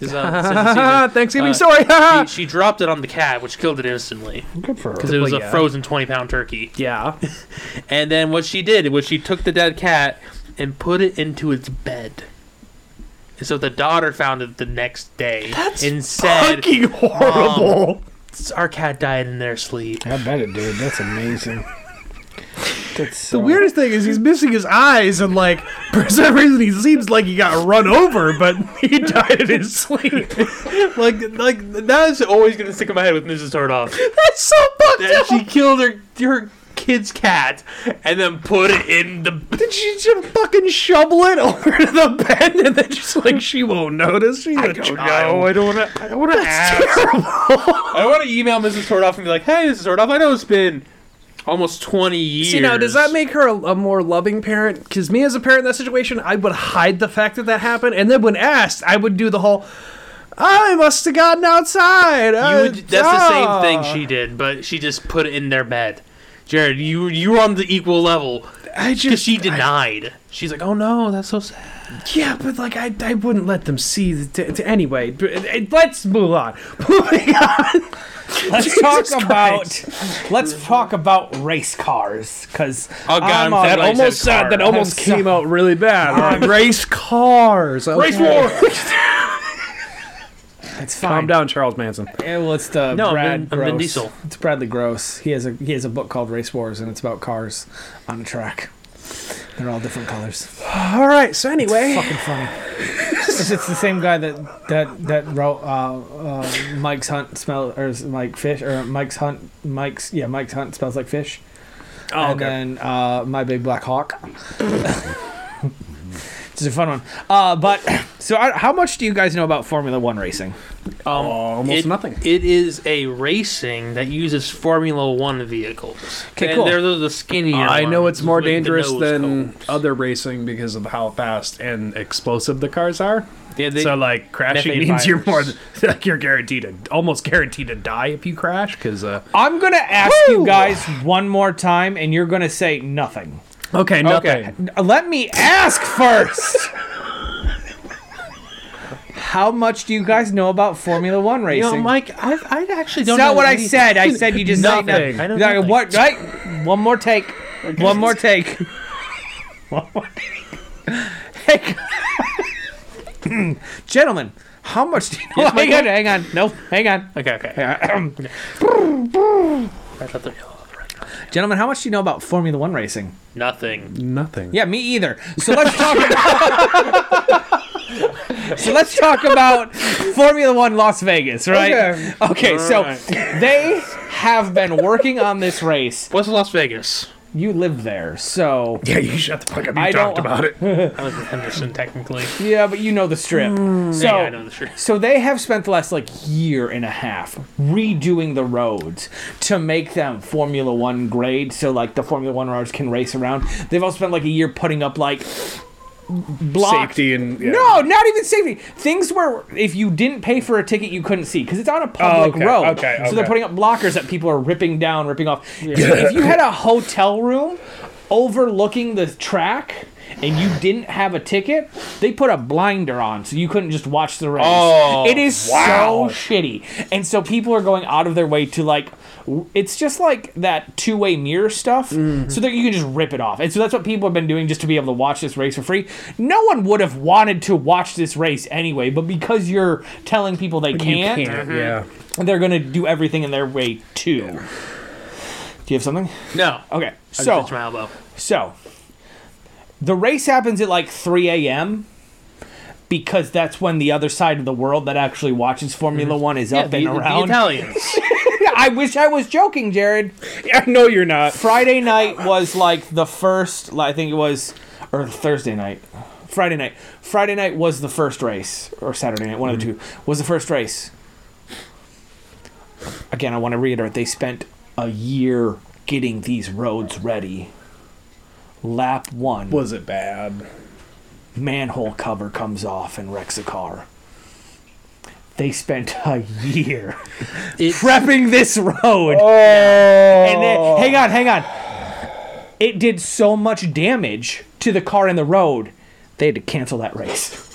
C: is uh, since the season,
D: Ah,
C: (laughs)
D: (laughs) Thanksgiving
C: uh,
D: story. (laughs)
C: she, she dropped it on the cat, which killed it instantly
B: Good for
C: because
B: her.
C: it was a
D: yeah.
C: frozen twenty pound turkey.
D: yeah.
C: And then what she did was she took the dead cat and put it into its bed. And so the daughter found it the next day and said,
D: (laughs) Fucking horrible.
C: "Our cat died in their (laughs) sleep."
B: I bet it did. That's amazing. That's so
D: the weirdest thing is he's missing his eyes and like (laughs) for some reason he seems like he got run over, but (laughs) he died in his sleep. (laughs)
C: (laughs) Like, like that is always gonna stick in my head with Mrs. Tordoff.
D: That's so
C: and she killed her her kid's cat and then put it in the.
D: Did she just fucking shovel it (laughs) over to the bed and then just like she won't notice? She's a child.
C: I don't want to. I don't want to ask.
D: Terrible.
C: I want to email Mrs. Tordoff and be like, "Hey, Mrs. Tordoff, I know it's been almost 20 years."
D: You know, does that make her a, a more loving parent? Because me as a parent in that situation, I would hide the fact that that happened, and then when asked, I would do the whole, "I must have gotten outside." uh,
C: You would, that's the same thing she did, but she just put it in their bed. Jared, you you were on the equal level
D: I
C: because
D: just
C: she denied. She's like, "Oh no, that's so sad."
D: Yeah, but like I, I wouldn't let them see. The t- t- anyway, b- eh, let's move on. (laughs) Moving on.
B: (laughs) Let's
D: Jesus
B: talk
D: Christ.
B: about let's talk about race cars because
C: Oh, God, I'm
B: on
C: glad
D: That
C: I said
D: almost uh,
C: car.
D: that almost
B: I'm
D: came
B: so-
D: out really (laughs) bad. race cars.
C: Race
D: okay.
C: war.
D: (laughs)
B: It's fine.
D: Calm down, Charles Manson.
B: Yeah, well, it's the
C: No, I'm
B: Brad
C: Vin- I'm
B: Gross.
C: Vin Diesel.
B: It's Bradley Gross. He has a he has a book called Race Wars, and it's about cars on a track. They're all different colors.
D: All right. So anyway,
B: Fucking funny. it's, it's the same guy that that that wrote uh, uh, Mike's Hunt smell or is it Mike Fish or Mike's Hunt Mike's yeah Mike's Hunt smells like fish.
D: oh,
B: and then uh, my big black hawk. It's a fun one, uh, but so I, how much do you guys know about Formula One racing?
C: Um,
D: almost
C: it-
D: nothing.
C: It is a racing that uses Formula One vehicles.
B: 'Kay,
C: and
B: cool.
C: They're the, the skinnier.
D: I know
C: ones,
D: it's more
C: with the
D: dangerous
C: nose
D: than
C: cones.
D: other racing because of how fast and explosive the cars are.
C: Yeah, they-
D: so like crashing
C: methane
D: means you're more
C: fires.
D: (laughs) like you're guaranteed to almost guaranteed to die if you crash because uh,
B: I'm gonna ask
D: Woo!
B: you guys one more time, and you're gonna say nothing.
D: okay nothing.
C: Okay.
B: Let me ask first. How much do you guys know about Formula One
C: You
B: racing?
C: know, Mike, I, I actually
B: That's not
C: don't. know
B: what I
C: anything.
B: said. I said you just
D: Nothing.
B: Say nothing.
C: I know
B: You're like,
C: nothing.
B: what? Right? One more take. One more take.
C: (laughs)
B: One more take. Hey, (laughs) gentlemen, how much do you know? (laughs) hang on, hang on. No, hang on.
C: Okay, okay.
B: Okay.
C: I thought they were all right.
B: gentlemen, how much do you know about Formula One racing?
C: Nothing.
D: nothing.
B: Yeah, me either. So let's talk about (laughs) So let's talk about Formula 1 Las Vegas, right?
D: Okay.
B: Okay, so
C: Alright.
B: they have been working on this race.
C: What's Las Vegas?
B: You live there. So
D: Yeah, you shut the fuck up. You
B: I
D: talked
B: don't-
D: about it.
C: I was in Henderson, technically.
B: yeah, but you know the strip. Mm. So
C: yeah, I know the street.
B: So they have spent the last like year and a half redoing the roads to make them Formula One grade, so like the Formula One cars can race around. They've also spent like a year putting up like blocked.
D: Safety and yeah.
B: No, not even safety. Things where if you didn't pay for a ticket, you couldn't see because it's on a public
D: Oh, okay,
B: road.
D: okay,
B: So they're
D: okay.
B: putting up blockers that people are ripping down, ripping off. If you had a hotel room overlooking the track and you didn't have a ticket, they put a blinder on so you couldn't just watch the race.
C: Oh,
B: it is
D: wow.
B: so shitty. And so people are going out of their way to like w- it's just like that two-way mirror stuff so that you can just rip it off. And so that's what people have been doing just to be able to watch this race for free. No one would have wanted to watch this race anyway, but because you're telling people they
D: you
B: can't, Mm-hmm.
D: can't.
B: (laughs)
D: Yeah.
B: they're going to do everything in their way too. Do you have something?
C: No.
B: Okay.
C: I
B: So
C: just my elbow.
B: so, the race happens at like 3 a.m. because that's when the other side of the world that actually watches Formula One is up
C: Mm-hmm. the,
B: and
C: the
B: around. (laughs)
C: Italians.
B: I wish I was joking, Jared.
D: Yeah, no, you're not.
B: Friday night was like the first, I think it was, or Thursday night. Friday night. Friday night was the first race, or Saturday night, one of
C: Mm-hmm.
B: the two, was the first race. Again, I want to reiterate they spent a year getting these roads ready. Lap one.
D: Was it bad?
B: manhole cover comes off and wrecks a car. They spent a year (laughs)
C: It's-
B: prepping this road. And then, hang on, hang on. It did so much damage to the car and the road, they had to cancel that race.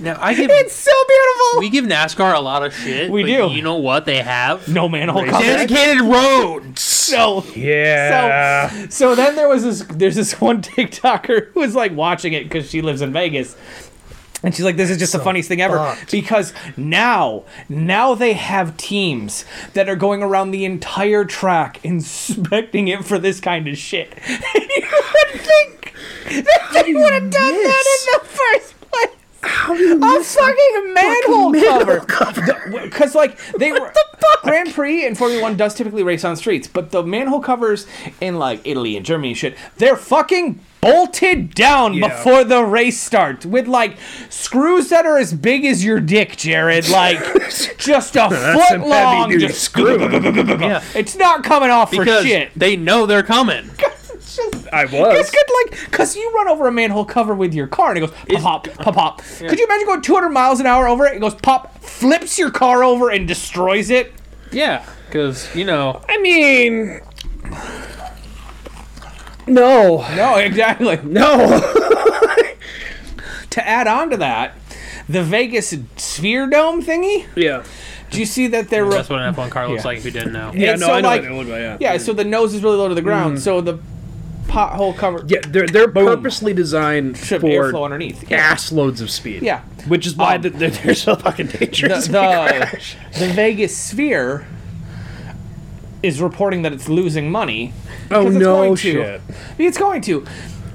C: now I
B: (laughs)
C: give
B: It's so beautiful.
C: we give NASCAR a lot of shit.
B: We
C: but
B: do.
C: You know what they have?
B: no manhole cover.
C: Dedicated roads.
B: No.
D: Yeah.
B: So, so then there was this. There's this (laughs) one TikToker who was like watching it because she lives in Vegas, and she's like, "This is just the funniest thing ever."
D: fucked.
B: Because now, now they have teams that are going around the entire track inspecting it for this kind of shit. (laughs) And you would think that they would have done that in the first place.
D: How do you
B: A fucking manhole
D: manhole
B: (laughs) cover. Because, like, they were. Grand Prix and Formula One does typically race on streets, but the manhole covers in like Italy and Germany and shit, they're fucking bolted down
D: Yeah.
B: before the race starts with like screws that are as big as your dick, Jared.
D: (laughs)
B: Like just a foot
D: some
B: long.
D: heavy-duty
B: just-
D: (laughs)
C: Yeah.
B: it's not coming off
C: Because
B: for shit.
C: they know they're coming.
B: (laughs) It's just-
D: I was.
B: It's good, like, cause you run over a manhole cover with your car and it goes pop, pop, pop, pop. Could you imagine going 200 miles an hour over it? It goes pop, flips your car over and destroys it.
C: Yeah, because you know
D: I mean, no,
B: No, (laughs) exactly.
D: no.
B: to add on to that, the Vegas Sphere Dome thingy.
D: (laughs) yeah,
B: Do you see that they're?
C: that's what an F1 car looks
B: Yeah.
C: like if you didn't know.
D: yeah.
B: And
D: no,
B: so,
D: I know
B: like-
D: what it looked like, Yeah,
B: yeah, so the nose is really low to the ground, so the pothole cover
D: yeah. They're they're purposely designed
B: should have
D: for
B: airflow underneath.
D: (laughs)
B: Yeah.
D: ass loads of speed.
B: Yeah.
D: which is why
B: Um,
D: th they're, they're so fucking
B: the
D: dangerous.
B: the, the Vegas Sphere is reporting that it's losing money.
D: oh (laughs)
B: 'cause (laughs) it's
D: no,
B: going to.
D: shit!
B: It's going to.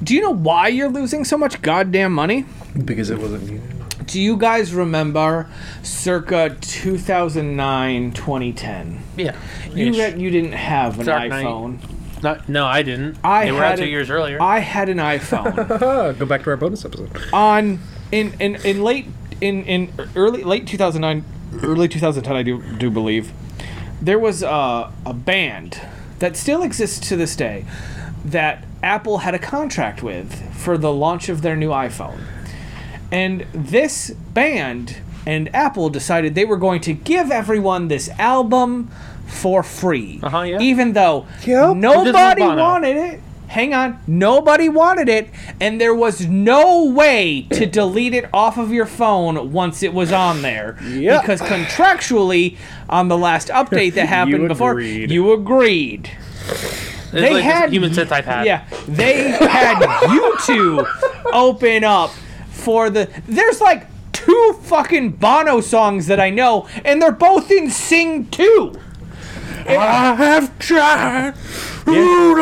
B: Do you know why you're losing so much goddamn money?
D: Because it wasn't needed.
B: Do you guys remember circa 2009, 2010?
C: Yeah,
B: You
C: Ish.
B: re- you didn't have an
C: Dark Knight.
B: iPhone.
C: Not- no, I didn't.
B: I
C: they were
B: had
C: out two
B: it- Uh,
C: years earlier.
B: I had an iPhone
D: Ah, go back to our bonus episode.
B: on in in, in late in in early late 2009 early 2010 I do do believe there was a, a band that still exists to this day that Apple had a contract with for the launch of their new iPhone. And this band and Apple decided they were going to give everyone this album for free.
C: Uh-huh, yeah.
B: Even though
D: Yep.
B: nobody
C: This is Bono.
B: wanted it. Hang on. Nobody wanted it. And there was no way to delete it off of your phone once it was on there.
D: Yep.
B: Because contractually, on the last update that happened before,
D: agreed.
B: you agreed.
C: It's
B: They
C: like this
B: had
C: human synth I've had.
B: Yeah, they had you two open up for the. There's like two fucking Bono songs that I know, and they're both in Sing Two.
D: I have tried.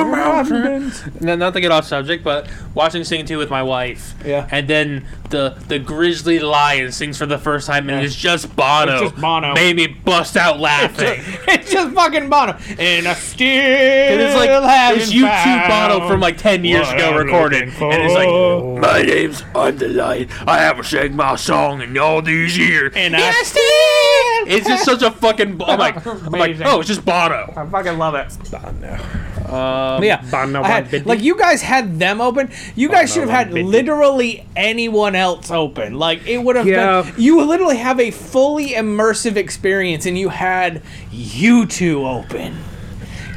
C: No, not to get off subject, but watching Sing 2 with my wife.
B: Yeah.
C: And then the the grizzly lion sings for the first time, and it's just Bono.
B: It's just Bono.
C: Made me bust out laughing.
B: (laughs) It's just fucking Bono, and I still
C: And it's like
B: haven't
C: it's YouTube
B: found-
C: Bono from like ten years
B: what
C: ago
B: I'm
C: recorded,
B: looking for.
C: and it's like my name's Underline. I haven't sang my song in all these years.
B: And I
C: still. It's just such a fucking. I'm like, I'm like,
B: Amazing.
C: oh, it's just Bono.
B: I fucking love it.
C: Um,
B: Yeah,
D: Bono
B: I had-
D: one bit.
B: like you guys had them open. You guys should have
D: one
B: had
D: bit.
B: literally anyone else open. Like it would have.
D: Yeah.
B: Been, you literally have a fully immersive experience, and you had you two open.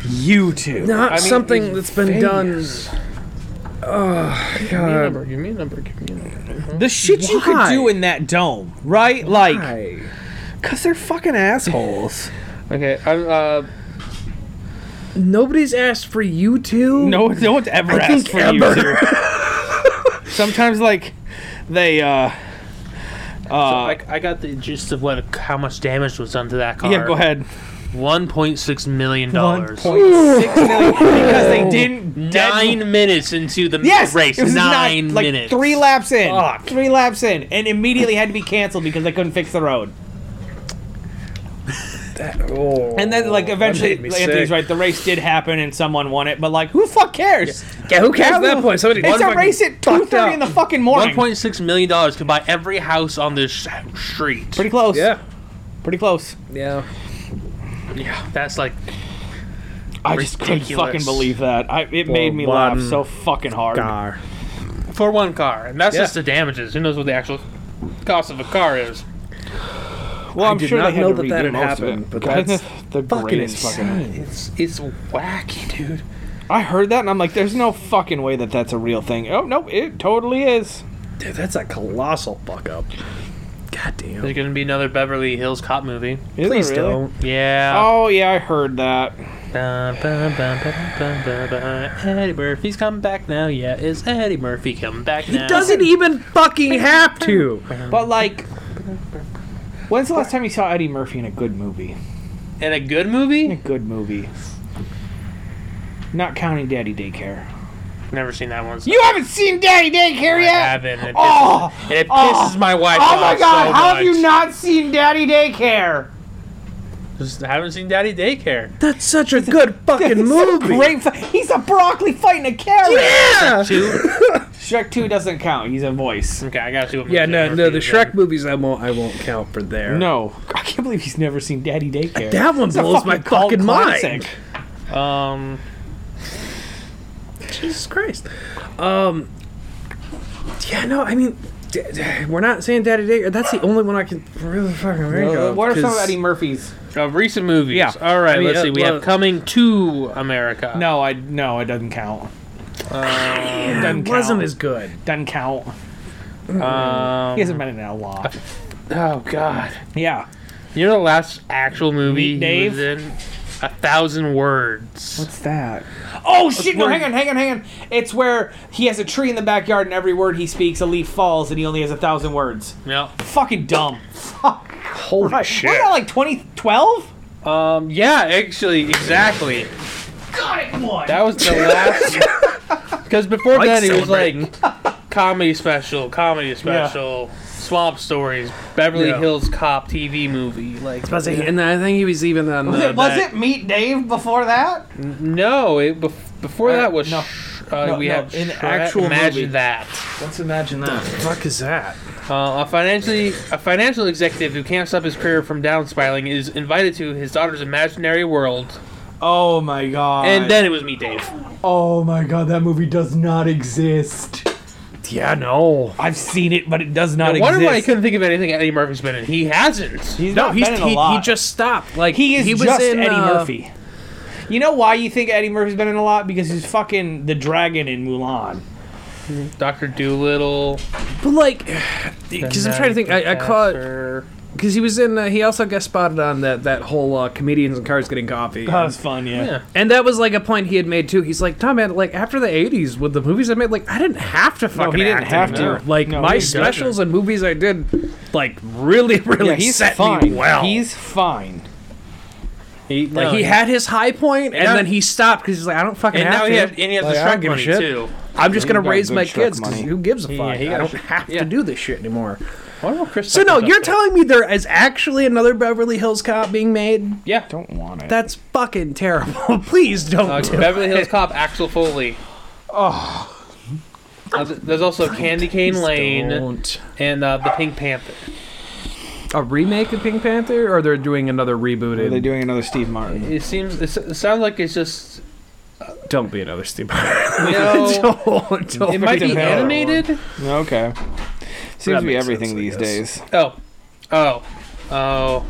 B: You two.
D: Not something that's been done. Oh god.
C: Give me a number. Give me a number.
B: The shit you could
D: Why?
B: do in that dome, right? Like,
D: Hi.
B: cause they're fucking assholes.
C: Okay. I'm, uh,
D: Nobody's asked for you two.
B: No, no one's ever
D: I
B: asked
D: think
B: for
D: ever. (laughs)
B: you two. Sometimes, like, they. uh uh,
C: I, I got the gist of what how much damage was done to that car.
B: yeah, go ahead.
C: One point six million
B: One
C: dollars.
B: point six million because (laughs) they didn't dead-
C: Nine minutes into the
B: Yes,
C: race.
B: it was
C: nine
B: like
C: minutes.
B: three laps in,
D: Fuck.
B: three laps in, and immediately had to be canceled because they couldn't fix the road.
D: Oh,
B: And then, like,
D: that
B: eventually,
D: made me
B: Anthony's
D: sick.
B: right. The race did happen, and someone won it. But like, who the fuck cares?
D: Yeah, who cares at that point? Somebody
B: it's a race at two thirty in the fucking morning.
C: One point six million dollars could buy every house on this sh- street.
B: Pretty close.
D: Yeah.
B: pretty close.
D: Yeah.
C: yeah, that's like
B: I just couldn't
C: Ridiculous.
B: fucking believe that. I, it made me laugh
D: one
B: so fucking hard.
D: Gar.
C: for one car, and that's
D: Yeah.
C: just the damages. Who knows what the actual cost of a car is?
B: Well, I'm
D: did
B: sure
D: not
B: they had
D: know
B: to
D: that
B: redo
D: that had
B: most of
D: happened,
B: it. (laughs)
D: but
B: God,
D: (laughs) that's
B: the
D: Fucking
B: greatest fucking.
D: insane.
C: It's it's wacky, dude.
B: I heard that and I'm like, there's no fucking way that that's a real thing. Oh no, it totally is.
D: Dude, that's a colossal fuck up. God damn.
C: There's gonna be another Beverly Hills Cop movie.
B: Is it
D: Please
B: really?
D: don't.
C: Yeah.
B: Oh yeah, I heard that.
C: Dun, dun, dun, dun, dun, dun, dun. Eddie Murphy's come back now. Yeah, is Eddie Murphy come back now?
D: Doesn't e- even fucking have to.
B: But like, when's the last time you saw Eddie Murphy in a good movie?
C: in a good movie?
B: A good movie. Not counting Daddy Daycare.
C: Never seen that one. so
B: You haven't seen Daddy Daycare
C: I
B: yet?
C: haven't. It pisses,
B: Oh,
C: and it pisses
B: oh,
C: my wife
B: Oh
C: off
B: my God!
C: so
B: how have
C: much.
B: you not seen Daddy Daycare?
C: Just haven't seen Daddy Daycare.
D: That's such
B: (laughs)
D: a good fucking
B: It's a
D: movie.
B: great fi- he's a broccoli fighting a carrot.
D: yeah.
C: Two.
B: Shrek Two doesn't count. He's a voice.
C: Okay, I gotta see what.
D: Yeah, no,
C: movie
D: no,
C: it
D: the
C: was
D: Shrek movies I won't, I won't count for there.
B: No, I can't believe he's never seen Daddy Daycare.
D: That one
B: It's a
D: blows my
B: cult
D: fucking mind.
B: classic.
C: in. Um,
D: Jesus Christ. Um, yeah, no, I mean, d- d- we're not saying Daddy Daycare. That's the only one I can really fucking think
B: Uh,
D: of.
B: what are some of
D: 'cause-
B: Eddie Murphy's?
C: of recent movies.
D: Yeah.
C: All right.
D: I mean,
C: let's
D: uh,
C: see. We
D: well-
C: have Coming to America.
B: No, I no, it doesn't count.
D: Yeah,
B: doesn't
D: it wasn't
B: count.
D: as good.
B: Doesn't count.
C: Um,
B: He hasn't been in it a lot.
C: oh God.
B: Yeah.
C: You know the last actual
B: Meet
C: movie he
B: Dave?
C: was in? A Thousand Words.
B: What's that? Oh shit! No,
C: where-
B: hang on, hang on, hang on. It's where he has a tree in the backyard, and every word he speaks, a leaf falls, and he only has a thousand words.
C: No.
B: Fucking dumb. Fuck.
D: Holy
B: What that like 2012?
C: Um. Yeah. Actually. Exactly.
B: God, it won.
C: That was the last. (laughs) Because before
D: Mike's
C: that, he was
D: celebrating.
C: like comedy special, comedy special, Swamp Stories, Beverly
D: Yeah.
C: Hills Cop TV movie. Like,
D: I was like, And I think he was even uh, on
B: was
D: the,
B: it, was
D: that-
B: it Meet Dave before that?
C: no, it, bef- before
B: Uh,
C: that was
B: no.
C: sh- uh,
B: No,
C: we
B: no,
C: have
B: in
C: Shrek-
B: actual
C: imagine
B: movie.
C: that
B: Let's imagine that.
D: fuck is that?
C: uh, a financially a financial executive who can't stop his career from downspiraling is invited to his daughter's imaginary world,
B: Oh my god.
C: and then it was me, Dave.
B: oh my god, that movie does not exist.
D: Yeah, no.
B: I've seen it, but it does not
C: I
B: exist.
C: wonder why I couldn't think of anything Eddie Murphy's been in. He hasn't.
B: He's
D: No,
B: not
D: he's,
B: been in a
D: he, he
B: lot.
D: just stopped. Like
B: He is
D: he was
B: just
D: in,
B: Eddie
D: uh,
B: Murphy. You know why you think Eddie Murphy's been in a lot? Because he's fucking the dragon in Mulan.
C: Doctor Doolittle.
D: But like, (sighs) because I'm trying to think. I, I caught because he was in. Uh, he also guest spotted on that that whole uh, comedians and cars getting coffee.
B: That was fun,
C: Yeah.
D: And that was like a point he had made too. He's like, no man, like after the '80s with the movies I made, like I didn't have to fucking.
B: he didn't
D: act
B: have to.
D: anymore. Like
B: No,
D: my
B: he
C: doesn't.
D: specials and movies I did, like really, (laughs) really
B: Yeah, he's
D: set
B: fine.
D: me well.
B: He's fine.
C: He,
D: like he had his high point, and
C: now-
D: then he stopped because he's like, I don't fucking
C: and
D: have
C: now
D: to.
C: he has, and he has
D: Like,
C: the
D: I don't
C: Shrek
D: give a
C: money
D: shit.
C: too.
D: I'm just gonna
B: got
D: raise
B: good
D: my
B: Shrek
D: kids because
B: money.
D: who gives a fuck?
C: Yeah, he
D: I
C: got
D: don't
C: Shrek-
D: have
C: yeah.
D: to do this shit anymore.
C: So
D: So no, you're telling me there is actually another Beverly Hills Cop being made?
C: yeah.
B: Don't want it.
D: That's fucking terrible. (laughs) Please don't.
C: Uh,
D: do
C: Beverly
D: it.
C: Hills Cop, Axel Foley. Oh. There's also Candy Cane
D: Please
C: Lane
D: don't.
C: and uh, the Pink Panther.
D: A remake of Pink Panther, or they're doing another rebooted?
B: Are they doing another Steve Martin?
C: It seems it, s- it sounds like it's just
D: Don't be another Steve.
C: you know
D: (laughs) don't, don't.
C: it might be
B: Freaking hell.
C: animated.
B: Okay. Seems to
D: That
B: be
D: makes
B: everything
D: sense, I
B: these
D: guess.
B: days.
C: Oh, oh, oh,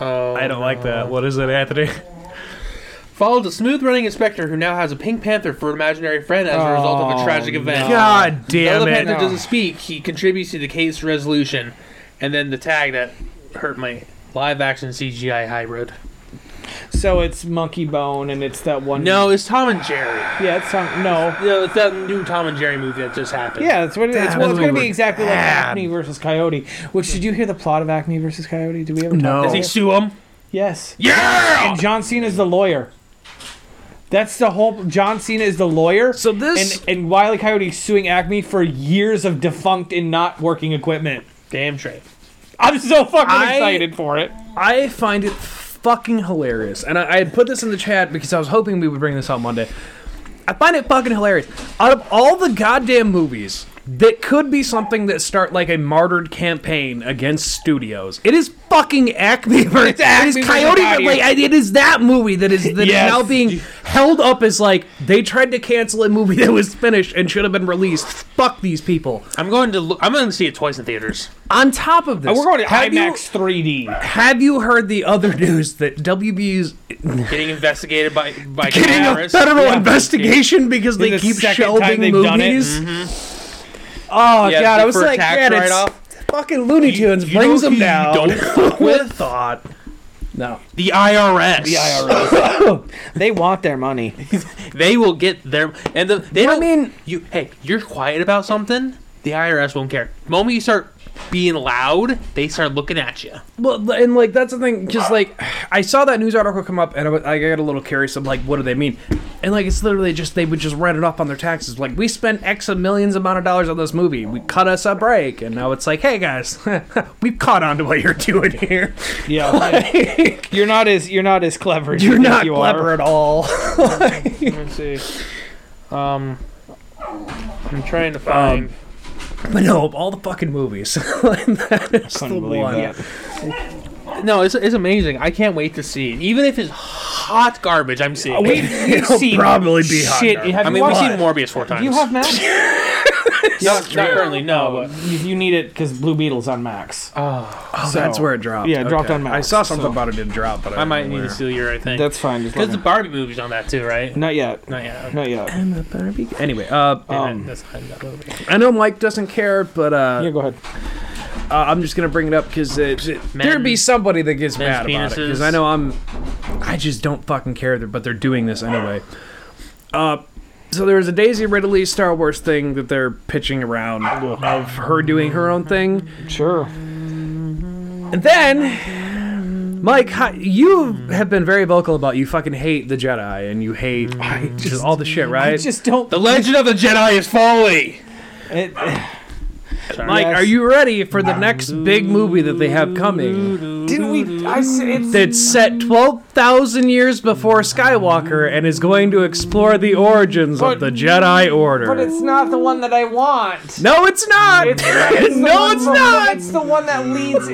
C: oh.
D: I don't like that. What is it, Anthony?
C: Followed a smooth-running inspector who now has a Pink Panther for an imaginary friend as a result of a
B: Oh,
C: tragic event.
D: God
C: Though
D: damn
C: the Panther
D: it!
B: No.
C: doesn't speak, he contributes to the case resolution. And then the tag that hurt my live action CGI hybrid.
B: So it's Monkey Bone, and it's that one.
C: No, it's Tom and Jerry.
B: Yeah, it's some, no.
C: No, it's that new Tom and Jerry movie that just happened.
B: Yeah, that's what it is.
D: That
B: well, it's
D: movie
B: going to
D: was
B: be exactly like
D: bad.
B: Acme versus Coyote. Which did you hear the plot of Acme versus Coyote? Did we ever
D: No.
B: talk?
C: Does he sue him?
B: Yes.
C: Yeah!
B: And John Cena's the lawyer. That's the whole. John Cena is the lawyer.
D: So this-
B: and and Wiley Coyote suing Acme for years of defunct and not working equipment.
C: Damn straight.
B: I'm so fucking
D: I-
B: excited for it.
D: I find it fucking hilarious, and I, I had put this in the chat because I was hoping we would bring this out Monday. I find it fucking hilarious. Out of all the goddamn movies that could be something that start like a martyred campaign against studios, it is fucking Acme versus
B: It's Acme
D: it is
B: versus
D: Coyote.
B: Coyote.
D: Like I- it is that movie that is that is
B: Yes.
D: now being held up as like they tried to cancel a movie (laughs) that was finished and should have been released. Fuck these people.
C: I'm going to look, I'm going to see it twice in theaters.
D: On top of this,
B: Oh, We're going to
D: have you-
B: IMAX 3D.
D: have you heard the other (laughs) news that WBU's
C: Getting investigated by by
D: (laughs) getting a
C: Congress.
D: federal
B: Yeah.
D: investigation because they
B: This is
D: keep
B: the second time
D: shelving
B: they've done it.
D: movies? Oh
C: Mm-hmm. Yeah,
D: god, I was
C: deferred
D: like,
C: tax
D: man, it's
C: write-off.
D: fucking Looney Tunes
C: you
D: brings
C: know
D: them
C: who you
D: down.
C: don't fuck
D: Oh, with thought. No,
C: The IRS.
B: The IRS. they want their money.
C: They will get their and the, they
D: Well, I
C: don't
D: mean-
C: you hey, you're quiet about something, the IRS won't care. The moment you start being loud, they start looking at you.
D: Well, and like that's the thing, because like I saw that news article come up, and I, was- I got a little curious. I'm like, what do they mean? And like, it's literally just they would just write it off on their taxes. Like, we spent X of millions amount of dollars on this movie. We cut us a break, and now it's like, hey guys, (laughs) we've caught on to what you're doing here. (laughs)
B: Yeah, like, you're not as you're not as clever. As you
D: You're
B: think
D: not
B: you
D: clever
B: Are. (laughs)
D: at all.
C: Let me see. Um, I'm trying to find.
D: but no, of all the fucking movies. (laughs) that's
B: Couldn't
D: the
B: believe
D: one.
B: that.
C: no, it's, it's amazing. I can't wait to see it. Even if it's hot garbage, I'm seeing.
B: We,
C: it. (laughs)
B: have
D: (laughs) It'll
B: seen
D: probably be hot
B: shit.
D: garbage.
B: Have
C: I
B: you
C: mean, we've
B: watched-
C: seen Morbius four times.
B: Do you have Max?
C: not, not currently, no.
B: you, you need it because Blue Beetle's on Max.
D: Oh, that's where it dropped.
B: Yeah, it dropped on
D: I
B: Max,
D: saw something
B: so-
D: about it didn't drop, but I,
C: But I
D: don't
C: might
D: know
C: need
D: where.
C: to steal your. I think
B: That's fine. Just let
C: because the
B: me-
C: Barbie movie's on that too, right?
B: not yet.
C: Not yet.
B: Not yet.
D: I'm a Barbie- Anyway, uh,
C: Yeah,
B: Um,
C: that's not that movie.
D: I know Mike doesn't care, but uh,
B: Yeah, go ahead.
D: Uh, I'm just gonna bring it up because
C: Men-
D: there'd be somebody that gets
C: men's
D: mad about it because
C: penises.
D: I know I'm. I just don't fucking care, that- but they're doing this anyway. Uh, so there was a Daisy Ridley Star Wars thing that they're pitching around of her doing her own thing,
B: Sure.
D: and then Mike, hi- you have been very vocal about you fucking hate the Jedi and you hate just all the shit,
B: Mm.
D: right?
B: I just don't.
C: The Legend of the Jedi is folly.
B: it-
D: Mike,
B: Yes.
D: are you ready for the next big movie that they have coming?
B: didn't we? I s- it's,
D: that's set 12,000 years before Skywalker and is going to explore the origins of
B: But-
D: the Jedi Order.
B: but it's not the one that I want.
D: (laughs) no, it's not! (laughs)
B: It's the
D: no,
B: one
D: it's
B: from-
D: not!
B: It's the one that leads.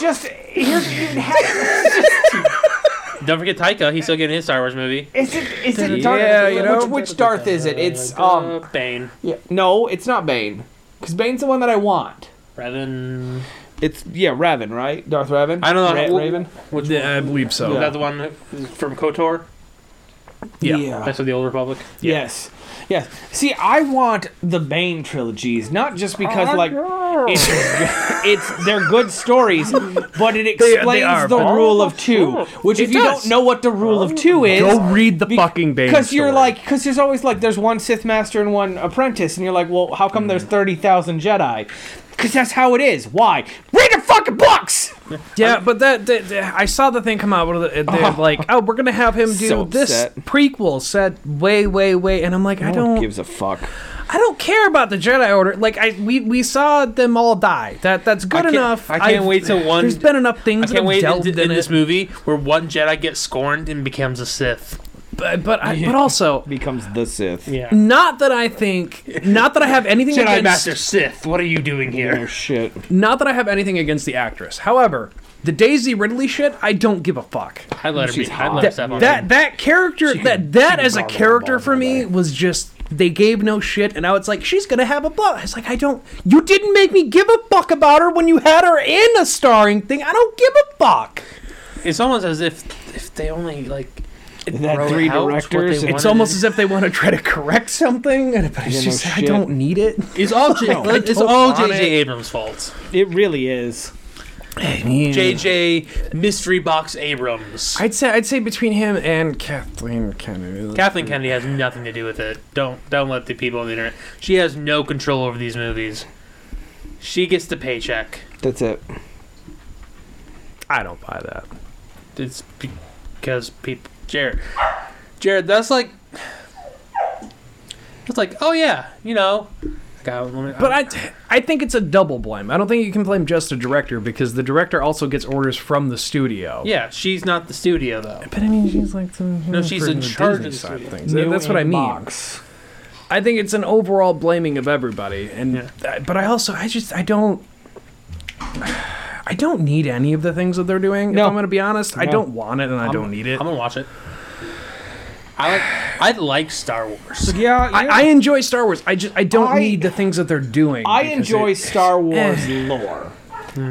B: just here's. It has,
C: Don't forget Taika. He's still getting his Star Wars movie.
B: is it? Is it Darth?
D: Yeah, you know.
B: Which, which Darth is it? It's um.
C: Uh, Bane.
B: Yeah, no, it's not Bane. Because Bane's the one that I want.
C: Revan.
B: It's yeah, Raven, right? Darth Raven.
C: I don't know.
B: Ra-
C: Well-
B: Raven.
C: Which
D: Yeah, I believe so.
C: Is that the one from KOTOR?
D: Yeah.
C: That's of the Old Republic.
B: Yes. Yes. See, I want the Bane trilogies, not just because like it's, (laughs) it's they're good stories, but it
D: they
B: explains
D: are,
B: the
D: but-
B: rule of two. Which,
D: It
B: if you
D: does.
B: don't know what the rule of two is,
D: Go read the
B: Be-
D: fucking Bane
B: Because you're
D: story.
B: like, because there's always like, there's one Sith Master and one apprentice, and you're like, well, how come
D: Mm.
B: there's thirty thousand Jedi? Because that's how it is. Why? Read the fucking books.
D: Yeah, but that, that- that- I saw the thing come out where
C: (laughs)
D: they- they're like, "Oh, we're gonna have him do
B: So
D: this
B: upset.
D: prequel set way, way, way," and I'm like, "I don't,
B: a fuck.
D: I don't care about the Jedi Order. Like, I we, we saw them all die. That that's good
C: I can't-
D: enough.
C: I can't
D: I've-
C: wait till one-
D: There's been enough
C: I
D: things that
C: can't
D: have
C: wait in,
D: delved
C: in,
D: in it.
C: this movie where one Jedi gets scorned and becomes a Sith.
D: but but, I, but also
B: Becomes the Sith.
C: Yeah.
D: not that I think not that I have anything
C: Jedi
D: against
C: Master Sith, what are you doing
B: Oh
C: here?
B: shit.
D: not that I have anything against the actress. However, the Daisy Ridley shit, I don't give a fuck.
C: I let her be. I let her
D: That
C: step on
D: that, that character that that as a
C: blah, blah,
D: character
C: blah,
D: for me was just they gave no shit and now it's like she's gonna have a blow. It's like I don't you didn't make me give a fuck about her when you had her in a starring thing. I don't give a fuck.
C: It's almost as if if they only like
B: had
C: wrote
B: three
C: out what they
B: directors and-
C: wanted
D: It's
C: to
D: almost
C: do.
D: as if they want to try to correct something, and but it's
B: Yeah, no
D: just I
B: shit.
D: don't need it.
C: it's all J-
B: No, I
C: it's
D: don't
C: all
D: want
C: JJ
D: it.
C: Abrams' fault.
B: It really is.
D: Mm.
C: JJ Mystery Box Abrams.
D: I'd say I'd say between him and Kathleen Kennedy.
C: Kathleen Kennedy has nothing to do with it. Don't don't let the people on the internet. She has no control over these movies. She gets the paycheck.
B: That's it.
D: I don't buy that.
C: It's because people. Jared, Jared, that's like, that's like, oh yeah, you know. God, let me-
D: But I, I think it's a double blame. I don't think you can blame just the director because the director also gets orders from the studio.
C: yeah, she's not the studio though.
D: But I mean, she's like the
C: No, she's in charge of the studio.
D: things. That's what I mean. I think it's an overall blaming of everybody, and I- but I also I just I don't I don't need any of the things that they're doing.
B: No.
D: If I'm going to be honest, I
B: No.
D: don't want it and I don't need it.
C: I'm
D: I,
C: gonna watch it. I like I like Star Wars.
B: Yeah,
D: I
B: I,
D: enjoy Star Wars. I just I don't
B: I-
D: need the things that they're doing. because
B: enjoy (sighs)
D: it-
B: Star Wars lore.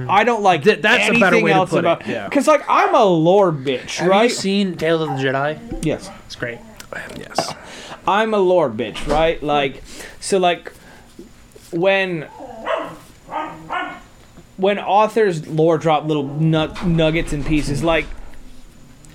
B: I don't like
D: Th- that's a
B: anything
D: better way to
B: else
D: put it,
B: about
D: yeah.
B: because like I'm a lore bitch,
C: Have you
B: right?
C: seen Tales of the Jedi?
B: yes,
C: It's great.
D: Yes.
B: I'm a lore bitch, right? Like, so like when when authors lore drop little nut, nuggets and pieces, like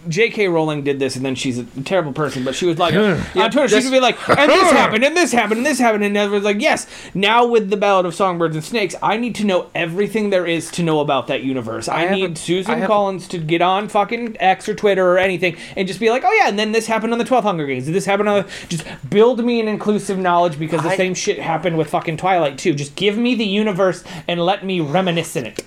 B: J.K. Rowling did this, and then she's a terrible person. But she was like on Twitter, she'd be like, "And this happened, and this happened, and this happened," and everyone's like, "Yes." Now with the Ballad of Songbirds and Snakes, I need to know everything there is to know about that universe. I,
C: have
B: need
C: a- I
B: Susan
C: have a-
B: Collins to get on fucking X or Twitter or anything and just be like, "Oh yeah," and then this happened on the Twelfth Hunger Games. This happened on. The... Just build me an inclusive knowledge because the
C: I-
B: same shit happened with fucking Twilight too. Just give me the universe and let me reminisce in it.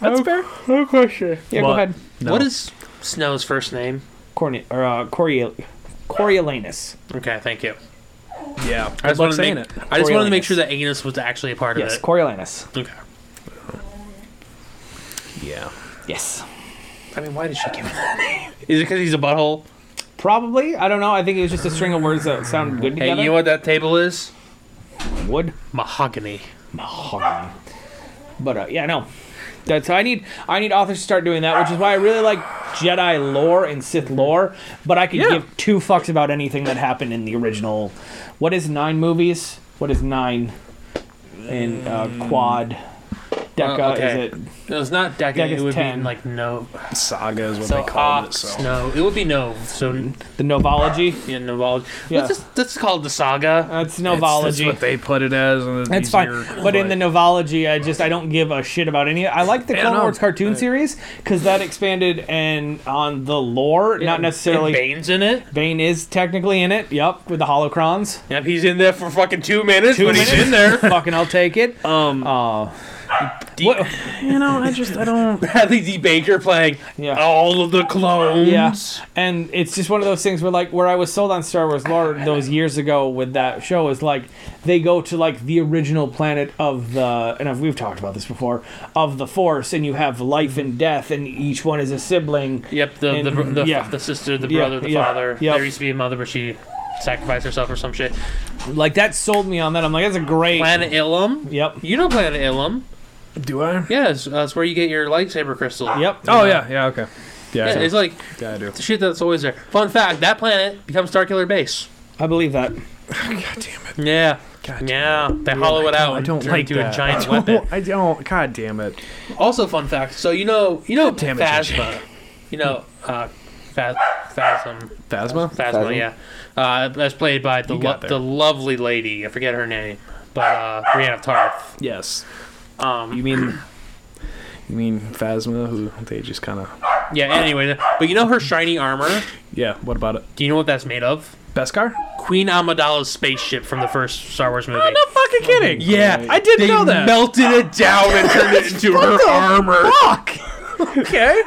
D: That's fair.
B: No question. Yeah, go
D: What?
B: ahead.
D: No.
C: What is Snow's first name?
B: Corne- or uh, Coriol- Coriolanus.
C: Okay, thank you.
D: Yeah,
C: I just
D: like
C: wanted to
D: saying
C: make,
D: it.
C: I just wanted to make
B: Coriolanus.
C: sure that Anus was actually a part
B: Yes,
C: of
B: Coriolanus.
C: it. Okay.
D: Yeah.
B: Yes.
C: I mean, why did she give him that name? Is it because he's a butthole?
B: Probably. I don't know. I think it was just a string of words that sounded good
C: Hey,
B: together.
C: you know what that table is?
B: Wood.
C: Mahogany.
B: Mahogany. But uh, yeah, no. That's I need. I need authors to start doing that, which is why I really like Jedi lore and Sith lore. But I could
D: Yeah.
B: give two fucks about anything that happened in the original. What is nine movies? What is nine in
D: Mm.
B: uh, quad? Deca
C: Well, okay.
B: is it?
C: No, it's not decade.
B: Decade's
C: It would
B: 10.
C: be like no.
D: Saga is what
C: So
D: they call
C: ah,
D: it. So
C: no, it would be no. So
B: The novology.
C: yeah, novology.
B: Yeah. Uh,
C: Let's just let's call it the saga.
B: That's
D: It's-
B: novology.
D: That's what they put it as. and it's
B: It's fine,
D: easier,
B: but in the novology, I just I don't give a shit about any. I like the
D: Yeah,
B: Clone
D: no,
B: Wars cartoon
D: right.
B: series because that expanded and on the lore, not necessarily.
C: And
B: Bane.
C: Bane's in it.
B: is technically in it. Yep, with the holocrons.
C: Yep, he's in there for fucking two minutes,
B: Two
C: but he's in there. Oh.
B: Fucking, I'll take
C: (laughs)
B: it.
D: um,
B: Uh,
C: What-
D: you know, I just
C: (laughs)
D: I
C: (laughs)
D: don't.
C: Bradley D. Baker playing
B: Yeah.
C: all of the clones.
B: yeah, and it's just one of those things where like where I was sold on Star Wars lore those years ago with that show is like they go to like the original planet of the and I've, we've talked about this before of the Force and you have life and death and each one is a sibling.
C: Yep, the, the,
B: And-
C: the,
B: yeah.
C: the sister, the
B: Yeah,
C: brother, the
B: yeah,
C: father.
B: yep.
C: There used to be a mother, but she sacrificed herself or some shit.
B: Like that sold me on that. I'm like, that's a great.
C: Planet Ilum.
B: Yep.
C: You know Planet Ilum.
D: Do I?
C: Yeah, it's, that's where you get your lightsaber crystal.
B: Yep.
D: Oh yeah, yeah, okay. Yeah,
C: Yeah,
D: I do.
C: it's like
D: yeah, I do.
C: the shit that's always there. Fun fact: that planet becomes Starkiller Base.
B: I believe that.
D: God damn it.
C: Yeah.
D: God
C: Yeah, they hollow it out.
D: I
C: and
D: don't
C: turn
D: like
C: it into
D: that.
C: a giant
D: (laughs) I don't-
C: weapon.
D: I don't. God damn it.
C: Also, fun fact. So you know, you know,
D: damn it,
C: Phasma. You know, uh, Phas- Phasm.
D: Phasma.
C: Phasma, yeah. Uh, that's played by the
D: You got
C: lo-
D: there.
C: the lovely lady. I forget her name, but uh, Brienne of Tarth.
D: Yes.
C: Um,
D: You mean? You mean Phasma? Who they just kind of?
C: yeah. Anyway, but you know her shiny armor.
D: Yeah. What about it?
C: Do you know what that's made of?
D: Beskar?
C: Queen Amidala's spaceship from the first Star Wars movie.
D: No fucking kidding.
C: Yeah,
D: I didn't
C: they
D: know that.
C: Melted it down and turned it into her armor.
D: Fuck. okay.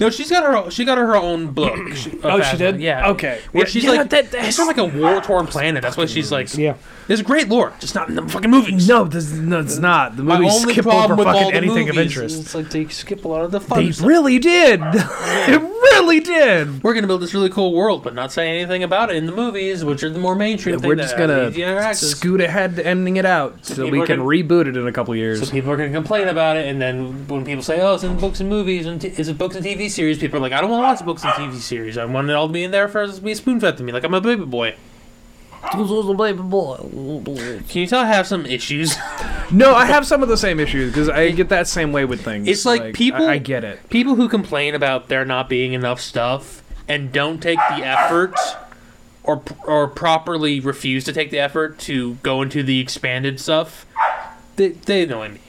C: No, she's got her. She got her own (clears throat) book. She,
D: Oh, she did?
C: Yeah.
D: Okay.
C: Where
D: Yeah,
C: she's
D: yeah,
C: like,
D: that-
C: she's on like a war torn planet. That's why she's like.
B: Yeah.
C: There's great lore, just not in the fucking movies.
D: No, this no, it's not. The
C: My
D: movie
C: only
D: skip
C: problem
D: over
C: with all
D: fucking
C: the
D: anything of
C: movies is
D: interest.
C: It's like they skip a lot of the fun.
D: They
C: stuff.
D: really did. (laughs) it really did.
C: We're gonna build this really cool world, but not say anything about it in the movies, which are the more mainstream. thing
D: We're
C: that
D: just
C: have
D: gonna
C: easy interactions.
D: scoot ahead to ending it out so
C: people
D: we
C: are
D: can
C: gonna-
D: reboot it in a couple years.
C: So people are going to complain about it, and then when people say, "Oh, it's in books and movies," and t- is it books and TV series? People are like, "I don't want to watch books and TV series. I want it all to be in there for us to be spoon fed to me, like I'm a baby boy." Can you tell I have some issues? (laughs)
D: No, I have some of the same issues because I get that same way with things.
C: It's like people-
D: I, I get it.
C: people who complain about there not being enough stuff and don't take the effort or or properly refuse to take the effort to go into the expanded stuff, they, they annoy me.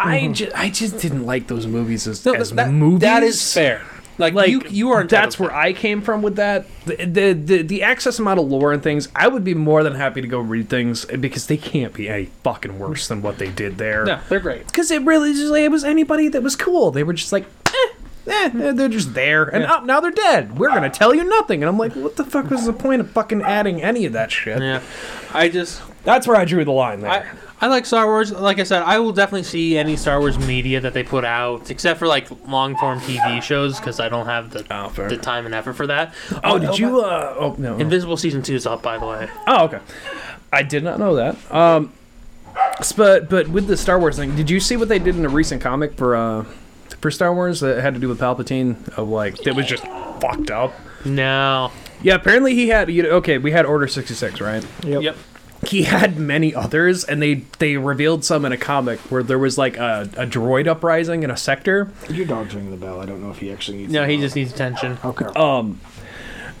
D: I just, I just didn't like those movies as,
C: No,
D: as
C: that- that-
D: movies.
C: That is fair. Like,
D: Like
C: you, you are. entitled
D: That's
C: to
D: where I came from with that. The, the the the excess amount of lore and things. I would be more than happy to go read things because they can't be any fucking worse than what they did there.
C: that. no, they're great.
D: because it really just like it was anybody that was cool. They were just like, eh, eh, eh, they're just there, and up now they're dead. We're gonna tell you nothing, and I'm like, what the fuck was the point of fucking adding any of that shit?
C: Yeah, I just.
D: That's where I drew the line. There,
C: I, I like Star Wars. Like I said, I will definitely see any Star Wars media that they put out, except for like long form TV shows, because I don't have the
D: Oh, fair.
C: the time and effort for that.
D: Oh, did you? Uh, oh no. no.
C: Invisible season two is up, by the way.
D: Oh, okay. I did not know that. Um, s- but but with the Star Wars thing, did you see what they did in a recent comic for uh for Star Wars that had to do with Palpatine? Of like that was just fucked up.
C: No.
D: Yeah, apparently he had. You know, okay, we had Order sixty six, right?
C: Yep.
D: he had many others, and they they revealed some in a comic where there was like a, a droid uprising in a sector.
E: Your dog's ringing the bell. I don't know if he actually needs.
C: No,
E: the
C: he
E: bell.
C: just needs attention.
E: Okay.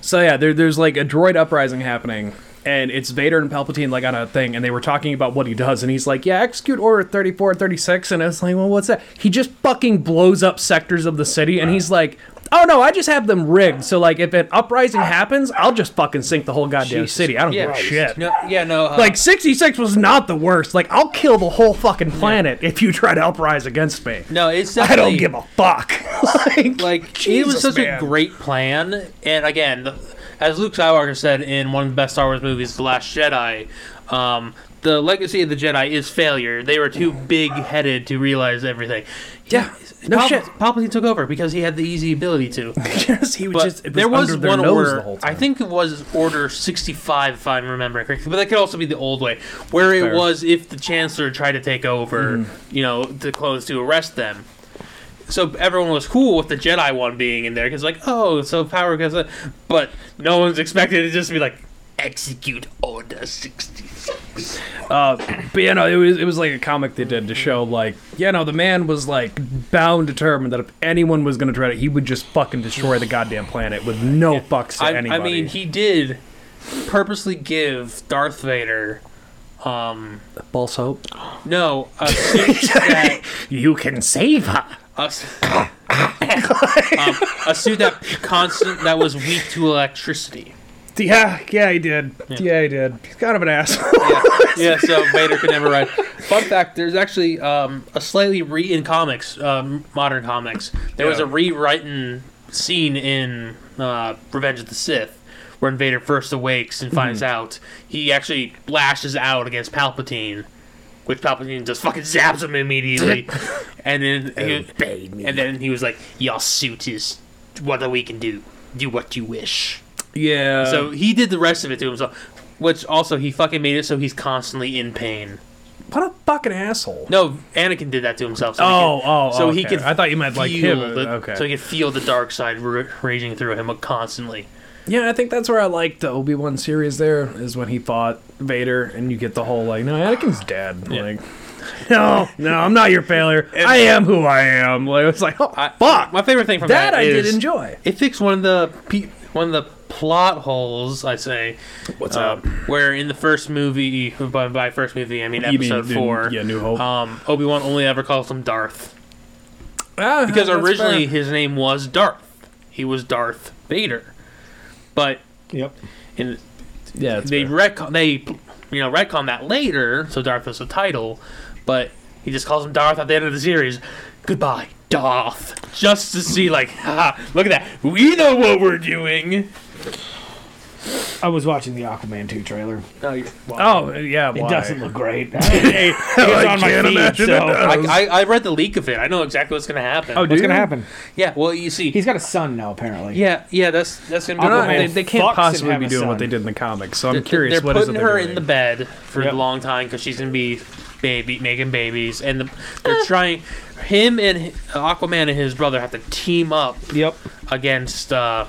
D: So yeah, there, there's like a droid uprising happening, and it's Vader and Palpatine like on a thing, and they were talking about what he does, and he's like, "Yeah, execute Order 34 and 36," and I was like, "Well, what's that?" He just fucking blows up sectors of the city, and he's like. Oh no! I just have them rigged, so like if an uprising happens, I'll just fucking sink the whole goddamn city. I don't give a
C: Christ.
D: shit.
C: No, yeah, no. uh,
D: Like sixty six was not the worst. Like I'll kill the whole fucking planet if you try to uprise against me.
C: no, it's
D: I
C: definitely.
D: don't give a fuck. (laughs)
C: (laughs)
D: like,
C: like it was
D: Jesus,
C: such
D: man.
C: a great plan and again the, as luke skywalker said in one of the best star wars movies the last jedi um, the legacy of the jedi is failure they were too big-headed to realize everything
D: Yeah, no
C: Pal-
D: shit.
C: Palpatine took over because he had the easy ability to.
D: yes, he was
C: But
D: (laughs) just it was
C: there was
D: under their
C: one
D: nose
C: order.
D: the whole time.
C: I think it was Order sixty five, if I'm remembering correctly. But that could also be the old way, where it
D: Fair. Mm-hmm.
C: was if the Chancellor tried to take over, you know, the clones to arrest them. So everyone was cool with the Jedi one being in there because, like, oh, so power goes. up. But no one's expected to just be like, execute Order sixty six.
D: But you know, it was it was like a comic they did to show like you know the man was like bound determined that if anyone was gonna try to, he would just fucking destroy the goddamn planet with no fucks to
C: I,
D: anybody.
C: I mean, he did purposely give Darth Vader. Um,
D: false hope.
C: no, a suit that
D: You can save her.
C: a, s- (laughs) um, a suit that constant that was weak to electricity.
D: Yeah, yeah, he did. Yeah, he did. He's kind of an asshole. (laughs)
C: Yeah, so Vader could never ride. (laughs) Fun fact: There's actually um, a slightly re in comics, um, modern comics. There was
D: Yeah.
C: a rewritten scene in uh, Revenge of the Sith. When Vader first awakes and finds out, he actually lashes out against Palpatine, which Palpatine just fucking zaps him (laughs) immediately. and then, he, and then he was like, "Your suit is what we can do. Do what you wish."
D: yeah.
C: So he did the rest of it to himself, which also he fucking made it so he's constantly in pain.
D: what a fucking asshole.
C: No, Anakin did that to himself. So
D: Oh,
C: he could,
D: oh,
C: so he
D: okay.
C: could.
D: I thought you meant, like,
C: feel
D: him,
C: The,
D: okay.
C: So he could feel the dark side ra- raging through him constantly.
D: Yeah, I think that's where I like the Obi Wan series. There is when he fought Vader, and you get the whole like, no, Anakin's dead. Like, no, no, I'm not your failure. I am who I am. Like, it's like, oh, fuck.
C: My favorite thing from
D: that
C: that,
D: I did
C: is-
D: enjoy.
C: It fixed one of the pe- one of the plot holes. I say. What's up? Where in the first movie, by, by first movie I mean
D: You mean
C: episode
D: in-
C: four.
D: yeah, New Hope.
C: Um, Obi Wan only ever calls him Darth
D: Ah,
C: because originally his name was Darth. He was Darth Vader, but
E: Yep.
C: in
D: yeah, that's
C: they
D: fair.
C: retcon they you know retcon that later, so Darth was the title, but he just calls him Darth at the end of the series. Goodbye, Darth. Just to see, like, (laughs) haha, look at that. We know what we're doing.
E: I was watching the Aquaman 2 trailer.
C: No, you
D: oh yeah, why?
E: It doesn't
C: (laughs)
E: look great.
D: (laughs)
E: Hey, it's on my
D: can't
E: feed,
D: imagine
E: so.
D: it.
E: What's
C: I, I, I read the leak of it. I know exactly what's gonna happen.
D: Oh, dude.
E: gonna happen?
C: yeah. Well, you see,
E: He's got a son now, apparently.
C: yeah, yeah. That's that's gonna be.
D: They're
C: the
D: not-
E: Aquaman
D: they, they can't
E: fucks
D: possibly
E: and
D: be
E: have a
D: doing what
E: son.
D: they did in the comics. So I'm curious.
C: They're
D: what is
C: putting
D: it
C: her
D: they're
C: in the
D: doing.
C: bed for
E: Yep.
C: a long time because she's gonna be baby making babies, and the, they're trying. Him and hi- Aquaman and his brother have to team up
E: Yep.
C: against uh,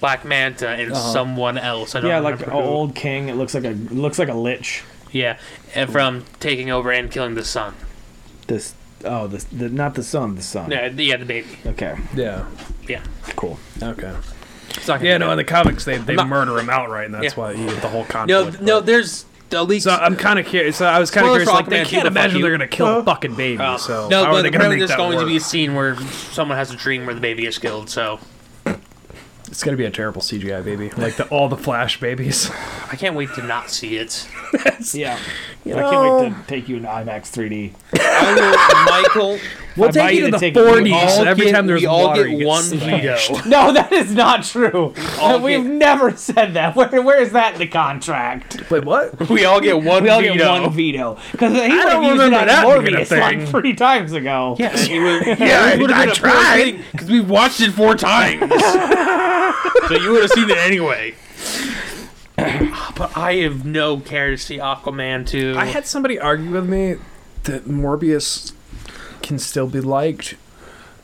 C: Black Manta and someone else. I don't
E: Yeah, like an
C: remember who.
E: old king. It looks like a it looks like a lich.
C: yeah, and from taking over and killing the son.
E: This oh this the, not the son the son.
C: Yeah, the, yeah, the baby.
E: Okay.
D: Yeah.
C: Yeah,
E: Cool.
C: (laughs)
D: Okay.
C: it's not gonna
D: Yeah,
C: be
D: no, in
C: good.
D: the comics they, they
C: not-
D: murder him outright, and that's
C: Yeah.
D: why you get the whole conflict.
C: no,
D: but-
C: no. There's uh, the leaks.
D: So I'm kind of curious. So I was kind of
C: Spoilers
D: curious.
C: for
D: Like they
C: Aquaman,
D: can't
C: who the fuck
D: imagine
C: you?
D: they're gonna kill a fucking baby. uh, so
C: no,
D: how are
C: but
D: they gonna
C: apparently
D: make
C: there's
D: that
C: going
D: work?
C: to be a scene where someone has a dream where the baby is killed. So
D: It's gonna be a terrible CGI baby, (laughs) like the, all the Flash babies.
C: I can't wait to not see it.
E: Yeah. I can't wait to take you in IMAX 3D.
C: I will, Michael.
D: (laughs) We'll
E: I buy
D: take
E: you
D: you to
E: to
D: the
E: take-
D: 40s.
E: we
D: so
C: all
D: every
C: get-
D: time there's
C: we all
D: water,
C: get
D: you
C: one
D: slashed. (laughs)
C: veto.
B: No, (laughs) that is not true. (laughs)
C: all
B: We've
C: get-
B: never said that. Where, where is that in the contract?
D: Wait, what?
C: (laughs) We all get one
B: We all
C: veto.
B: get
C: (laughs)
B: one veto because he I
D: don't
B: used it
D: remember
B: on
D: that being a
B: Morbius like
D: thing.
B: three times ago.
C: Yes, you
B: (laughs)
C: would,
D: Yeah,
C: you would
D: I
C: have
D: tried.
C: because we watched it four
D: (laughs)
C: times, so you would have seen it anyway. Ah, but I have no care to see Aquaman too.
D: I had somebody argue with me that Morbius can still be liked.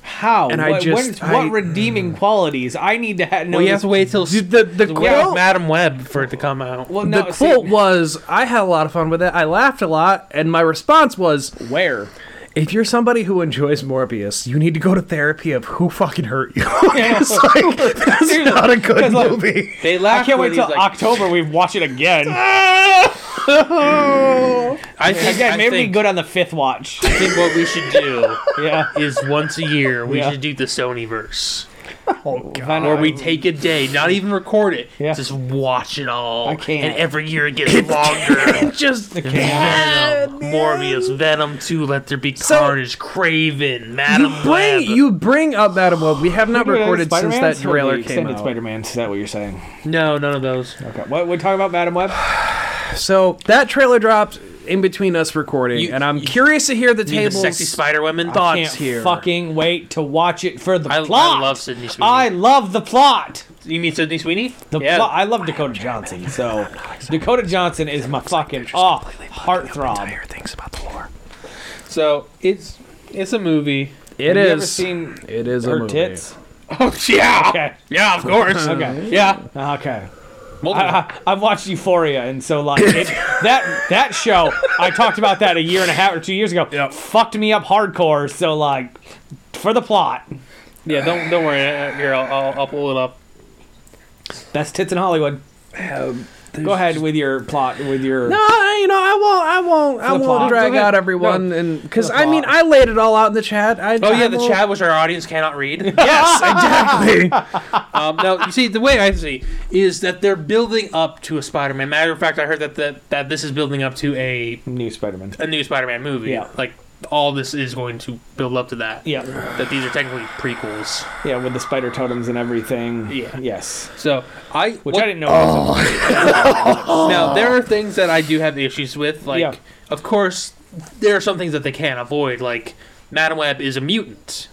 B: How?
D: And I
B: what,
D: just-
B: what, what
D: I-
B: redeeming qualities? I need to ha- know.
C: Well, you
B: this-
C: have to wait till
D: The the, the
C: we have
D: quote,
C: Madam Web for it to come out.
B: Well,
D: the
B: no, see,
D: quote was, "I had a lot of fun with it. I laughed a lot." And my response was,
B: where?
D: if you're somebody who enjoys Morbius, you need to go to therapy of who fucking hurt you. (laughs) it's
B: (laughs)
D: like, that's not a good
B: like-
D: movie.
C: they
B: I
C: laughed
B: can't
C: when
B: wait
C: he
B: till
C: was like,
B: October. We watch it again.
C: I think,
B: again,
C: I
B: maybe
C: think,
B: we go down the fifth watch.
C: I think what we should do
B: Yeah.
C: is once a year we
B: Yeah.
C: should do the Sonyverse,
B: Find
C: where
B: out-
C: we take a day, not even record it,
B: Yeah.
C: just watch it all.
B: I can't.
C: And every year (laughs) it gets longer.
D: Just
C: Venom, Morbius, Venom Two, Let There Be
D: So-
C: Carnage, Craven,
D: you
C: Madam
D: bring
C: Web.
D: you bring up Madam Web. We have not
B: We're doing
D: recorded since that
B: Spider-Man's or the
D: trailer came
B: extended
D: out.
B: Spider-Man. Is that what you're saying?
C: No, none of those.
B: Okay. What we're talking about, Madam Web?
D: So that trailer dropped in between us recording,
C: You-
D: and I'm
C: you-
D: curious to hear the
C: Need the
D: tables.
C: sexy Spider Women
B: I
C: thoughts
B: can't
C: here.
B: fucking wait to watch it for the
C: I, I
B: plot.
C: love Sydney Sweeney.
B: I love the plot.
C: you mean Sydney Sweeney?
B: The plot. I love Dakota Johnson. So Dakota Johnson is my fucking oh heartthrob.
D: things about the lore.
C: So it's it's a movie.
B: Have
D: It
B: you ever
D: is.
B: seen
D: it is a
B: her
D: movie.
B: tits?
C: (laughs) Oh yeah,
B: Okay.
C: yeah, of course.
B: Okay. Uh,
C: Yeah,
B: Okay.
C: Multiple.
B: I, I, I've watched Euphoria, and so like
D: (laughs)
B: it, that that show, I talked about that a year and a half or two years ago.
D: Yep.
B: Fucked me up hardcore. So like, for the plot,
C: yeah. Don't don't worry. uh, Here, I'll, I'll I'll pull it up.
B: best tits in Hollywood. Go ahead with your plot. With your
D: No, I- you know, I won't. I won't. I
B: Flip
D: won't
B: flop.
D: drag
B: Go ahead.
D: out everyone, and because
B: Flip
D: I mean,
B: flop.
D: I laid it all out in the chat. I,
C: Oh
D: I
C: yeah, the
D: (laughs) will-
C: chat, which our audience cannot read.
D: Yes, exactly.
C: um, now you see the way I see is that they're building up to a Spider-Man. Matter of fact, I heard that the, that this is building up to a
B: new Spider-Man.
C: a new Spider-Man movie.
B: Yeah.
C: Like all this is going to build up to that.
B: Yeah,
C: That these are technically prequels.
B: (laughs) yeah, with the spider totems and everything.
C: Yeah.
B: Yes.
C: So I
B: Which
C: what-
B: I didn't know. was
C: Now there are things that I do have issues with. Like,
B: Yeah.
C: of course, there are some things that they can't avoid. Like, Madam Web is a mutant.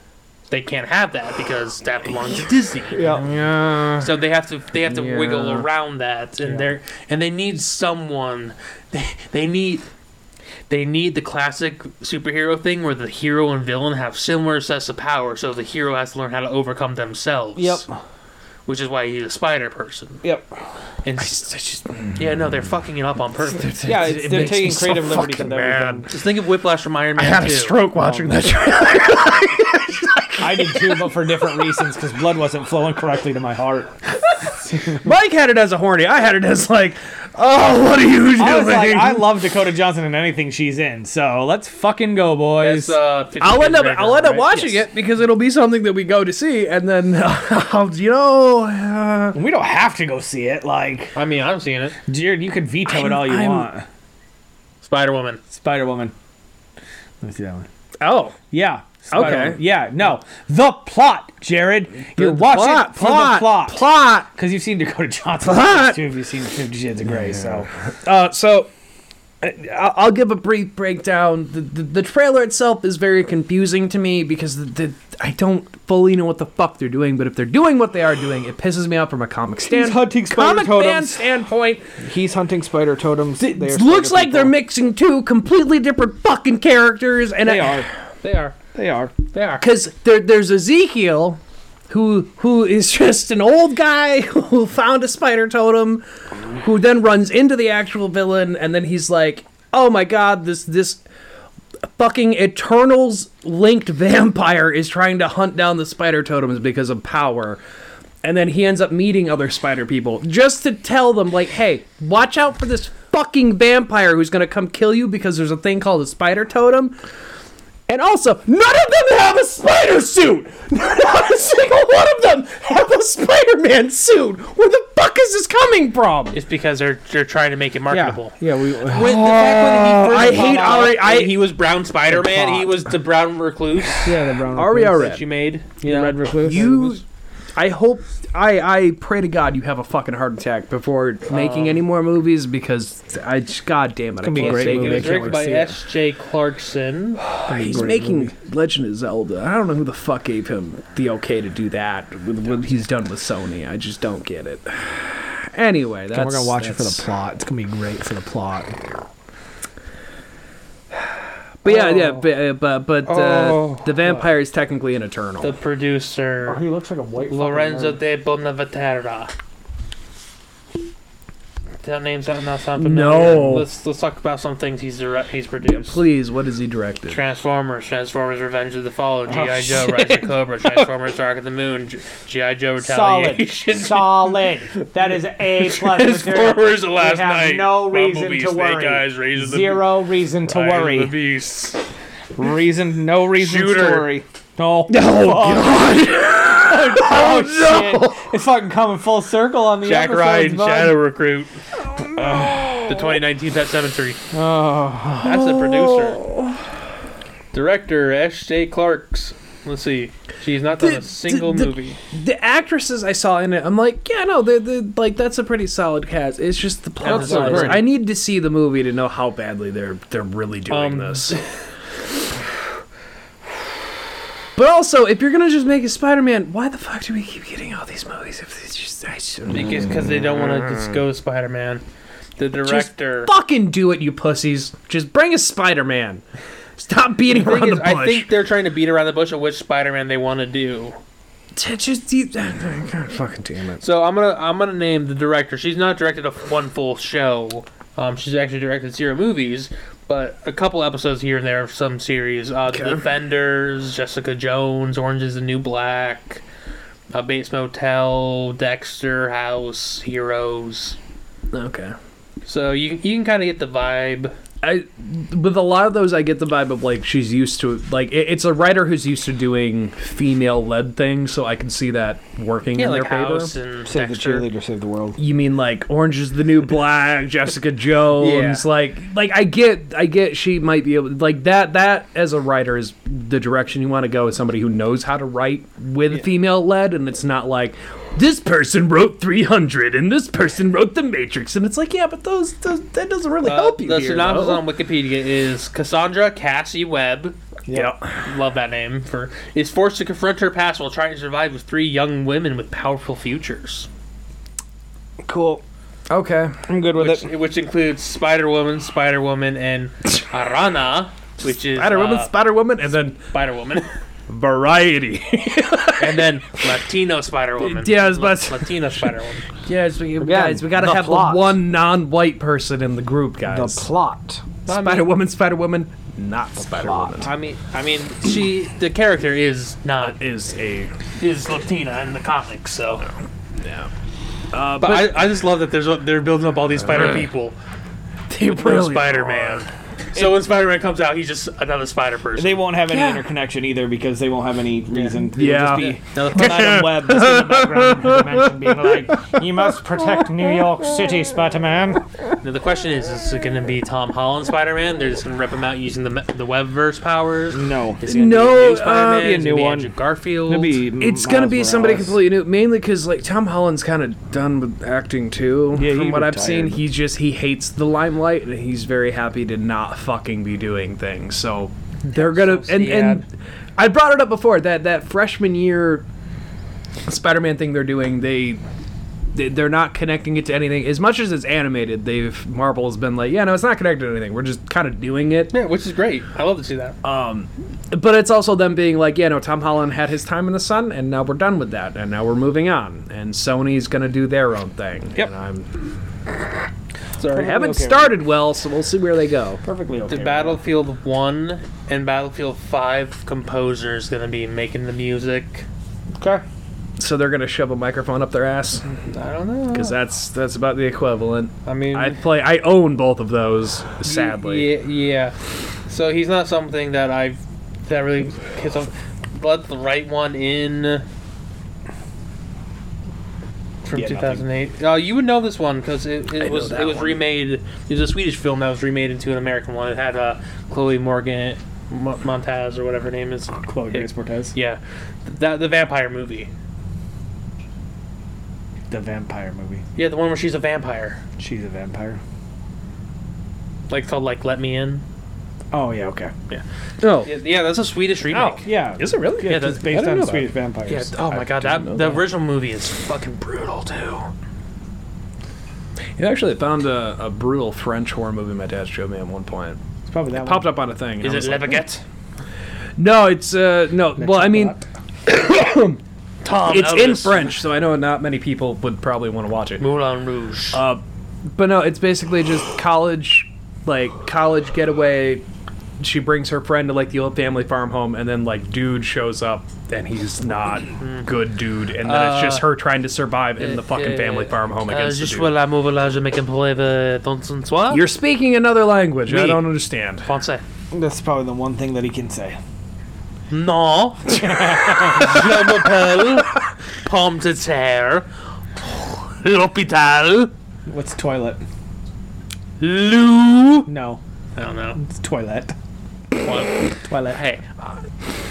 C: They can't have that because that belongs to Disney.
B: Yeah.
D: yeah.
C: So they have to they have to
D: Yeah.
C: wiggle around that, and they're and they need someone. They they need. They need the classic superhero thing where the hero and villain have similar sets of power, so the hero has to learn how to overcome themselves.
B: Yep.
C: Which is why he's a spider person.
B: Yep.
C: And s- yeah, no, they're fucking it up on purpose.
B: Yeah, it's, they're
D: makes me
B: taking
D: so
B: creative liberties
D: fucking
B: with everything.
C: Just think of Whiplash from Iron Man
D: I had
C: 2.
D: a stroke watching that. Trailer.
B: I did too, but for different reasons because blood wasn't flowing correctly to my heart.
D: Mike had it as a horny. I had it as like, oh, what are you
B: (laughs)
D: doing?
B: I was like, I love Dakota Johnson in anything she's in, so let's fucking go, boys.
C: It's, uh, 50
D: will end up.
C: Raven,
D: (laughs) I'll end up
C: right?
D: watching
B: Yes.
D: it because it'll be something that we go to see, and then (laughs) I'll, you know, uh,
B: we don't have to go see it. Like,
C: I mean, I'm seeing it.
B: Jared, you can veto
D: I'm-
B: it all you
D: I'm-
B: want.
C: Spider Woman.
B: Spider Woman. Let me see that one.
D: oh,
B: Yeah. Spider-Woman.
D: Okay.
B: Yeah. No. The plot, Jared. You're watching plot,
D: plot,
B: for the plot.
D: plot.
B: Because you've seen Dakota Johnson
D: Plot.
B: too. If you've seen Fifty Shades of Grey, so
D: Uh, so I- I'll I'll give a brief breakdown. The, the, the trailer itself is very confusing to me because the, the, I don't fully know what the fuck they're doing. But if they're doing what they are doing, it pisses me off from a comic stand
B: hunting spider
D: comic fan
B: totems.
D: standpoint.
B: he's hunting spider totems.
D: It looks like they're mixing two completely different fucking characters, and
B: They
D: I-
B: are.
C: They are.
B: They are.
C: They are.
D: because there, there's Ezekiel, who who is (laughs) just an old guy (laughs) who found a spider totem, who then runs into the actual villain, and then he's like, "Oh my god, this this fucking Eternals linked (laughs) vampire is trying to hunt down the spider totems because of power." And then he ends up meeting other spider people just to tell them, like, hey, watch out for this fucking vampire who's gonna come kill you because there's a thing called a spider totem. And also, none of them have a spider suit. (laughs) Not a single one of them have a Spider-Man suit. Where the fuck is this coming from?
C: It's because they're they're trying to make it marketable.
B: Yeah. We.
C: When, the fact when he
D: I hate Ari. I
C: he was Brown Spider Man. He was the Brown (laughs) Recluse
B: Yeah. The brown.
D: Ari
B: recluse.
C: that you made.
B: Yeah. Red recluse.
D: You. I hope. I I pray to God you have a fucking heart attack before making any more movies because I just God damn it. I
B: Um, be a
D: can't
B: great
D: take
B: movie.
D: it. I
C: It was
D: can't
C: directed
D: wait
C: by
D: to see
C: S.
D: it.
C: J. Clarkson.
D: He's
B: great
D: making
B: movie.
D: Legend of Zelda. I don't know who the fuck gave him the okay to do that with what he's done with Sony. I just don't get it. Anyway, that's
B: we're gonna watch it for the
D: that's-
B: plot. It's gonna be great for the plot.
D: But yeah, yeah, but uh, but, but uh,
C: Oh.
D: the vampire is technically an eternal.
C: The producer.
E: He looks like a white. fucking
C: Lorenzo
E: nerd.
C: de Bonaventura. That name's not, not sound familiar.
D: No.
C: Let's let's talk about some things he's direct, he's produced.
D: Please, what is he directed?
C: Transformers, Transformers: Revenge of the Fallen,
B: Oh,
C: GI Joe, Rise
B: (laughs)
C: of Cobra, Transformers: Dark of the Moon, G- GI Joe (laughs)
B: Solid. (laughs)
C: Retaliation,
B: Solid. That is
C: (laughs)
B: A plus material.
C: Transformers: The Last
B: have
C: Night,
B: no reason
C: Bumblebee,
B: to worry.
C: Snake Eyes, Razor the
B: Zero reason to
C: Rise of the
B: worry.
C: Beast.
B: Reason, no reason
C: Shooter.
B: to worry. No. (laughs) No.
C: (laughs)
B: Oh, shit. It's fucking coming full circle on the
C: Jack
B: episodes,
C: Ryan,
B: bud.
C: Shadow Recruit. Ugh, Um, the 2019 Pet Cemetery. That's
D: Oh.
C: the producer. Director S. J. Clarks. Let's see. She's not done
D: The-
C: a single
D: the- the-
C: movie.
D: The actresses I saw in it, I'm like, yeah, no, they they like that's a pretty solid cast. It's just the plot.
C: That's so
D: lines.
C: great.
D: I need to see the movie to know how badly they're they're really doing
C: Um, (laughs)
D: this. But also, if you're gonna just make a Spider-Man, why the fuck do we keep getting all these movies? If it's just, I just
C: Because cause they don't want to just go Spider Man. The director.
D: fucking do it, you pussies. Just bring a Spider-Man. Stop beating
C: The thing
D: around
C: is,
D: the bush.
C: I think they're trying to beat around the bush of which Spider Man they want to do.
D: T- just deep. God, fucking damn it.
C: So I'm gonna I'm gonna name the director. She's not directed a one full show. Um, she's actually directed zero movies, but a couple episodes here and there of some series. Uh, The
D: Okay.
C: Defenders, Jessica Jones, Orange Is the New Black, uh, Bates Motel, Dexter, House, Heroes.
D: Okay.
C: So you you can kind of get the vibe.
D: I with a lot of those, I get the vibe of like she's used to like it, it's a writer who's used to doing female led things, so I can see that working
C: Yeah,
D: in
C: like
D: their favor.
C: House and
E: Save the
C: Dexter.
E: cheerleader, save the world.
D: You mean like Orange is the New
C: (laughs)
D: Black, Jessica Jones,
C: Yeah.
D: like like I get I get she might be able like that that as a writer is the direction you want to go is somebody who knows how to write with female led and it's not like this person wrote 300 and this person wrote the Matrix and it's like yeah but those, those that doesn't really
C: Uh,
D: help you
C: the
D: here,
C: synopsis
D: though.
C: on Wikipedia is Cassandra Cassie Webb,
D: yeah.
C: Love that name. For is forced to confront her past while trying to survive with three young women with powerful futures,
B: Cool.
D: Okay.
B: I'm good with
C: which,
B: it.
C: which includes Spider Woman, Spider
B: (laughs)
C: Woman, and Arana, which is uh,
D: Spider Woman, Spider Woman, and then
C: Spider Woman,
D: Variety. (laughs)
C: and then Latino Spider Woman.
D: Yes, but-
C: Latino Spider Woman.
D: yes, we,
E: guys, we gotta the have the plot.
D: one non-white person in the group,
E: The
D: guys.
E: plot.
D: Spider Woman, Spider Woman, not Spider Woman.
C: I mean, I mean, she the character is not
D: Is (laughs) a
C: is Latina in the comics, so.
D: yeah.
B: Uh,
C: But, I, I just love that there's a- they're building up all these Spider people.
D: They really
C: Spider Man. So when Spider Man comes out, he's just another Spider person.
B: They won't have any interconnection either because they won't have any reason. It'll Just
D: Yeah.
B: be
C: No, (laughs)
B: Madam Web just in the background of the dimension being like, "You must protect New York City, Spider-Man."
C: Now the question is: Is it going to be Tom Holland Spider-Man? They're just going to rip him out using the the Webverse powers.
B: No.
C: Is it gonna
D: No,
C: be a
D: uh,
C: new Spider-Man?
B: be a
C: Is it
B: new
C: gonna
B: one.
C: Andrew Garfield.
B: It'll be M-
D: It's gonna
B: Miles
D: be somebody
B: Morales.
D: completely new, mainly because like Tom Holland's kind of done with acting too.
B: Yeah,
D: from
B: he
D: what I've seen,
B: retired.
D: he just he hates the limelight and he's very happy to not fucking be doing things. So they're gonna and and I brought it up before that that freshman year Spider-Man thing they're doing they. they- They're not connecting it to anything. As much as it's animated, they've Marvel's been like, yeah, no, it's not connected to anything. We're just kind of doing it.
C: Yeah, which is great. I love to see that.
D: But it's also them being like, yeah, no, Tom Holland had his time in the sun, and now we're done with that, and now we're moving on, and Sony's gonna do their own thing.
C: Yep.
D: And I'm,
C: Sorry.
D: I haven't
B: okay.
D: started well, so we'll see where they go.
B: Perfectly okay.
C: The Battlefield One and Battlefield Five composer is going to be making the music.
B: Okay.
D: So they're gonna shove a microphone up their ass
C: I don't know.
D: because that's that's about the equivalent.
C: I mean,
D: I play, I own both of those. Sadly,
C: Yeah, yeah. So he's not something that I've that really hits off. Let the right one in from
B: Yeah, nothing.
C: 2008. Uh, you would know this one because it,
D: know
C: it was
D: that
C: it was
D: one.
C: remade. It was a Swedish film that was remade into an American one. It had uh, Chloe Morgan Mo- Montaz or whatever her name is.
B: Chloe Grace Moretz,
C: Yeah, that the vampire movie.
B: the vampire movie.
C: Yeah, the one where she's a vampire.
B: She's a vampire.
C: Like called like Let Me In.
B: Oh yeah, okay.
D: no,
C: Yeah, yeah that's a Swedish remake.
B: Yeah.
D: is it really?
B: Yeah,
C: Yeah,
B: it's
C: that-
D: I
B: based
D: didn't
B: on
D: know that.
B: Swedish vampires.
C: Oh. Yeah. Oh my god, that
D: know
C: the
D: that.
C: original movie is fucking brutal too.
D: Yeah, actually, I found a, a brutal French horror movie my dad showed me at one point.
B: probably that
D: popped
B: one.
D: up on a thing. and I
C: Is it
D: was like,
C: Lebaguette?
D: No, it's uh no. Well, I mean,
C: Tom.
D: it's in
C: Elvis.
D: French, so I know not many people would probably want to watch it.
C: Moulin Rouge.
D: But no, it's basically just college, like college getaway. She brings her friend to like the old family farm home, and then like dude shows up, and he's not
C: Hmm.
D: good dude, and then it's
C: Uh,
D: just her trying to survive in the fucking family farm home against the
C: Just
D: dude.
C: l'amour volage make un poève ton soir.
D: You're speaking another language. I
C: Me.
D: don't understand.
C: français.
B: That's probably the one thing that he can say.
C: Non. (laughs) Je m'appelle Pomme de terre. L'hôpital.
B: What's toilet?
C: Lou.
B: No,
C: I don't know.
B: it's toilet.
C: What?
B: Toilet.
C: Hey. uh,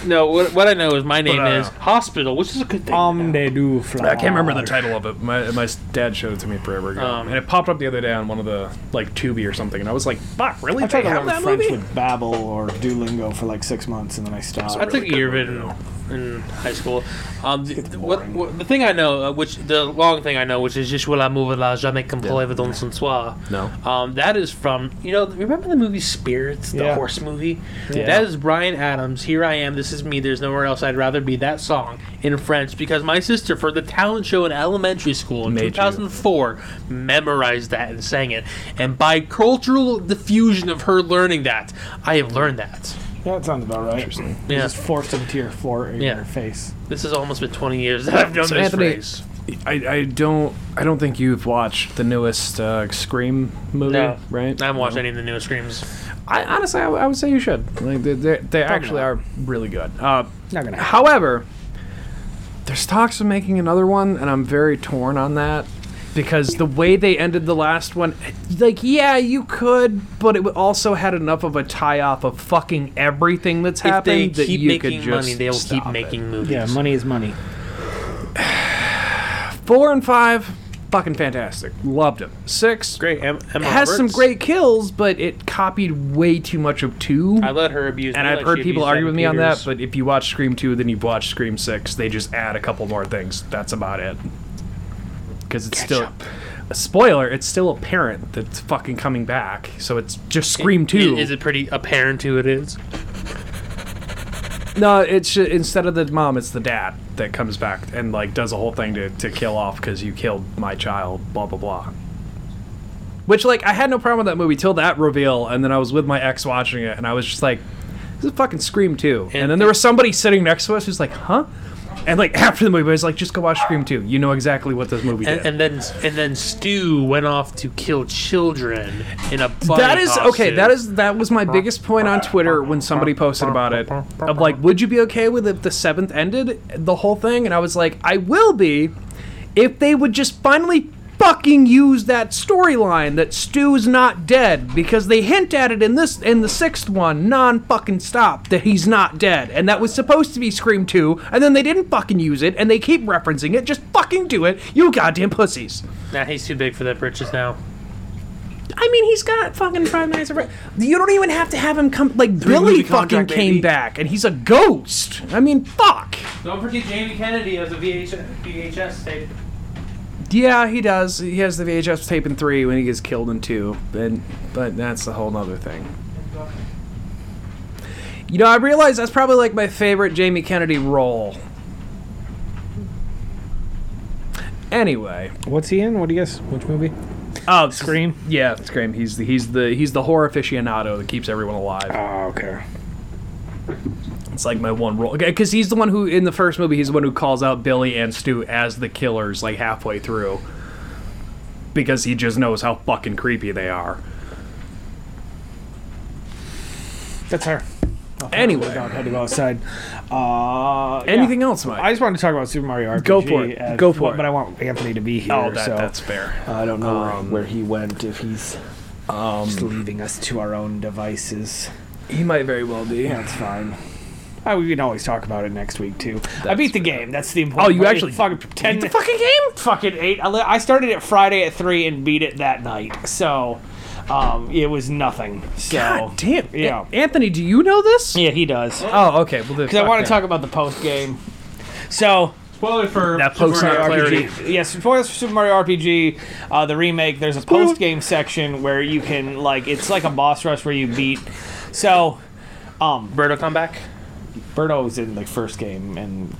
C: No, what, what I know is my name
D: But, uh,
C: is Hospital, which is a good thing.
B: Homme de du fleur.
D: I can't remember the title of it. My, my dad showed it to me forever ago,
C: Um,
D: and it popped up the other day on one of the like Tubi or something, and I was like, "Fuck, really?
B: I
D: They
B: tried to
D: have
B: learn
D: that
B: French
D: movie?"
B: with Babbel (laughs) or Duolingo for like six months, and then I stopped.
C: I took a year of it in, in high school. Um, the, what, what, the thing I know, uh, which the long thing I know, which is "Je suis l'amour la jamais complète dans son soir."
D: No.
C: um, that is from you know. Remember the movie Spirits, the
B: Yeah.
C: horse movie.
B: Yeah.
C: That is Brian Adams. Here I am. This is me. There's nowhere else I'd rather be. That song in French because my sister for the talent show in elementary school in
D: Made you.
C: 2004 memorized that and sang it. And by cultural diffusion of her learning that, I have learned that.
B: Yeah, it sounds about right. Interesting. You
C: Yeah.
B: just forced them to your floor in
C: Yeah.
B: your face.
C: This has almost been 20 years that I've known
D: So
C: this
D: Anthony-
C: phrase.
D: I, I don't I don't think you've watched the newest uh, Scream movie,
C: No,
D: right?
C: I haven't watched any of the newest Screams.
D: I honestly I, w- I would say you should. Like they they, they actually are really good. Uh,
B: Not gonna. Happen.
D: however, there's talks of making another one, and I'm very torn on that because the way they ended the last one, like yeah, you could, but it also had enough of a tie off of fucking everything that's
C: If they
D: happened that
C: keep
D: you could
C: making
D: just
C: money, they will
D: stop
C: keep
D: it.
C: making movies.
B: Yeah, money is money.
D: four and five. Fucking fantastic. Loved them. Six,
C: Great. Em- Emma
D: It has some
C: Roberts.
D: great kills, but it copied way too much of two.
C: I let her abuse.
D: and
C: me
D: I've
C: like
D: heard
C: she
D: people
C: abused
D: argue with me on
C: Evan
D: that,
C: Peters.
D: but if you watch Scream 2, then you've watched Scream 6. They just add a couple more things. That's about it. Because it's still. A spoiler, it's still apparent that it's fucking coming back. So it's just Scream 2.
C: Is, it pretty apparent who it is?
D: No, it's ju- instead of the mom, it's the dad that comes back and like does a whole thing to, to kill off because you killed my child, blah blah blah. Which like I had no problem with that movie till that reveal, and then I was with my ex watching it, and I was just like, "This is fucking Scream 2. And, then there was somebody sitting next to us who's like, "Huh?" And like (laughs) after the movie, I was like, "Just go watch Scream 2. You know exactly what this movie
C: And,
D: did."
C: and then and then Stu went off to kill children in a. bunny
D: that is okay.
C: costume.
D: That is that was my biggest point on Twitter when somebody posted about it. Of like, would you be okay with if the seventh ended the whole thing? And I was like, I will be, if they would just finally fucking use that storyline that Stu's not dead because they hint at it in this in the sixth one non fucking stop that he's not dead and that was supposed to be Scream two and then they didn't fucking use it and they keep referencing it. Just fucking do it, you goddamn pussies.
C: Nah, he's too big for that britches now.
D: I mean, he's got fucking Five Nights at Fre- You don't even have to have him come. Like Billy
C: movie
D: fucking
C: contract,
D: came
C: baby.
D: back, and he's a ghost. I mean, fuck.
C: Don't forget Jamie Kennedy as a VHS, VHS tape.
D: Yeah, he does. He has the VHS tape in three when he gets killed in two, and but that's a whole other thing. You know, I realize that's probably like my favorite Jamie Kennedy role. Anyway,
B: What's he in? What do you guess? Which movie?
D: oh,
B: Scream.
D: Yeah, Scream. He's the, he's the he's the horror aficionado that keeps everyone alive.
B: Oh, okay.
D: It's like my one role. Because he's the one who, in the first movie, he's the one who calls out Billy and Stu as the killers, like halfway through. Because he just knows how fucking creepy they are.
B: That's her.
D: Oh,
B: The
D: Anyway,
B: dog had to go outside. Uh, yeah.
D: anything else, Mike?
B: I just wanted to talk about Super Mario RPG.
D: Go for it.
B: as-
D: Go for
B: but,
D: it.
B: But I want Anthony to be here.
D: oh, that,
B: so
D: that's fair.
B: I don't know where-
D: um,
B: where he went. If he's just leaving us to our own devices.
D: He might very well be.
B: That's fine. Uh, we can always talk about it next week too. I beat the game. That's the
D: Oh,
B: important.
D: you
B: part.
D: actually
B: fucking ten.
D: the fucking game?
B: fucking eight. I li- I started it Friday at three and beat it that night. So, um, it was nothing. So
D: God damn.
B: Yeah.
D: A- Anthony, do you know this?
B: yeah, he does.
D: Oh, okay. Well, then
B: Because I
D: fuck
B: want
D: that.
B: to talk about the post game. So
C: Spoiler for
D: That poke's
C: Super
D: not
C: Mario
D: clarity.
C: RPG.
B: Yes, spoilers for Super Mario RPG, uh, the remake. There's a post game section where you can like it's like a boss rush where you beat. So
C: Birdo come back?
B: Birdo was in the first game and.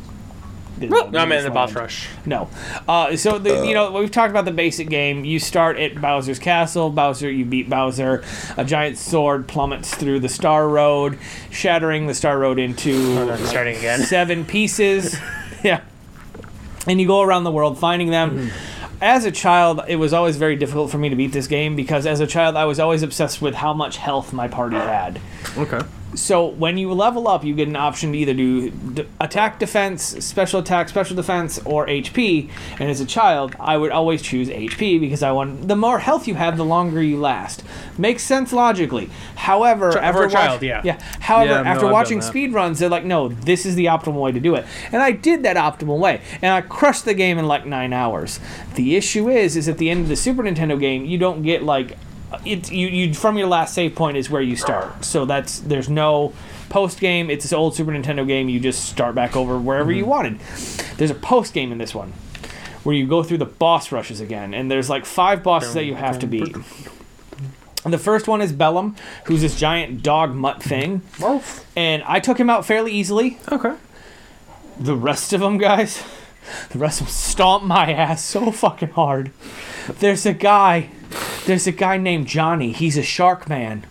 C: No, I'm in the boss rush.
B: No. Uh, so, the, you know, we've talked about the basic game. You start at Bowser's Castle. Bowser, you beat Bowser. A giant sword plummets through the Star Road, shattering the Star Road into
C: I'm starting again.
B: seven
C: (laughs)
B: pieces. yeah. And you go around the world finding them.
C: Mm-hmm.
B: As a child, it was always very difficult for me to beat this game because as a child, I was always obsessed with how much health my party had.
D: Okay.
B: So when you level up, you get an option to either do d- attack, defense, special attack, special defense, or HP. And as a child, I would always choose HP because I want the more health you have, the longer you last. Makes sense logically. However, after
C: a
B: watch-
C: child, yeah.
B: yeah. However,
D: Yeah, no, I've
B: after
D: done
B: watching
D: that.
B: speedruns, they're like, no, this is the optimal way to do it. And I did that optimal way, and I crushed the game in like nine hours. The issue is, is at the end of the Super Nintendo game, you don't get like, it's you you from your last save point is where you start. So that's there's no post game. It's this old Super Nintendo game. You just start back over wherever
D: Mm-hmm.
B: you wanted. There's a post game in this one. Where you go through the boss rushes again, and there's like five bosses that you have to beat. The first one is Bellum, who's this giant dog mutt thing. And I took him out fairly easily.
D: Okay.
B: The rest of them, guys, the rest of them stomped my ass so fucking hard. There's a guy, there's a guy named Johnny. He's a shark man.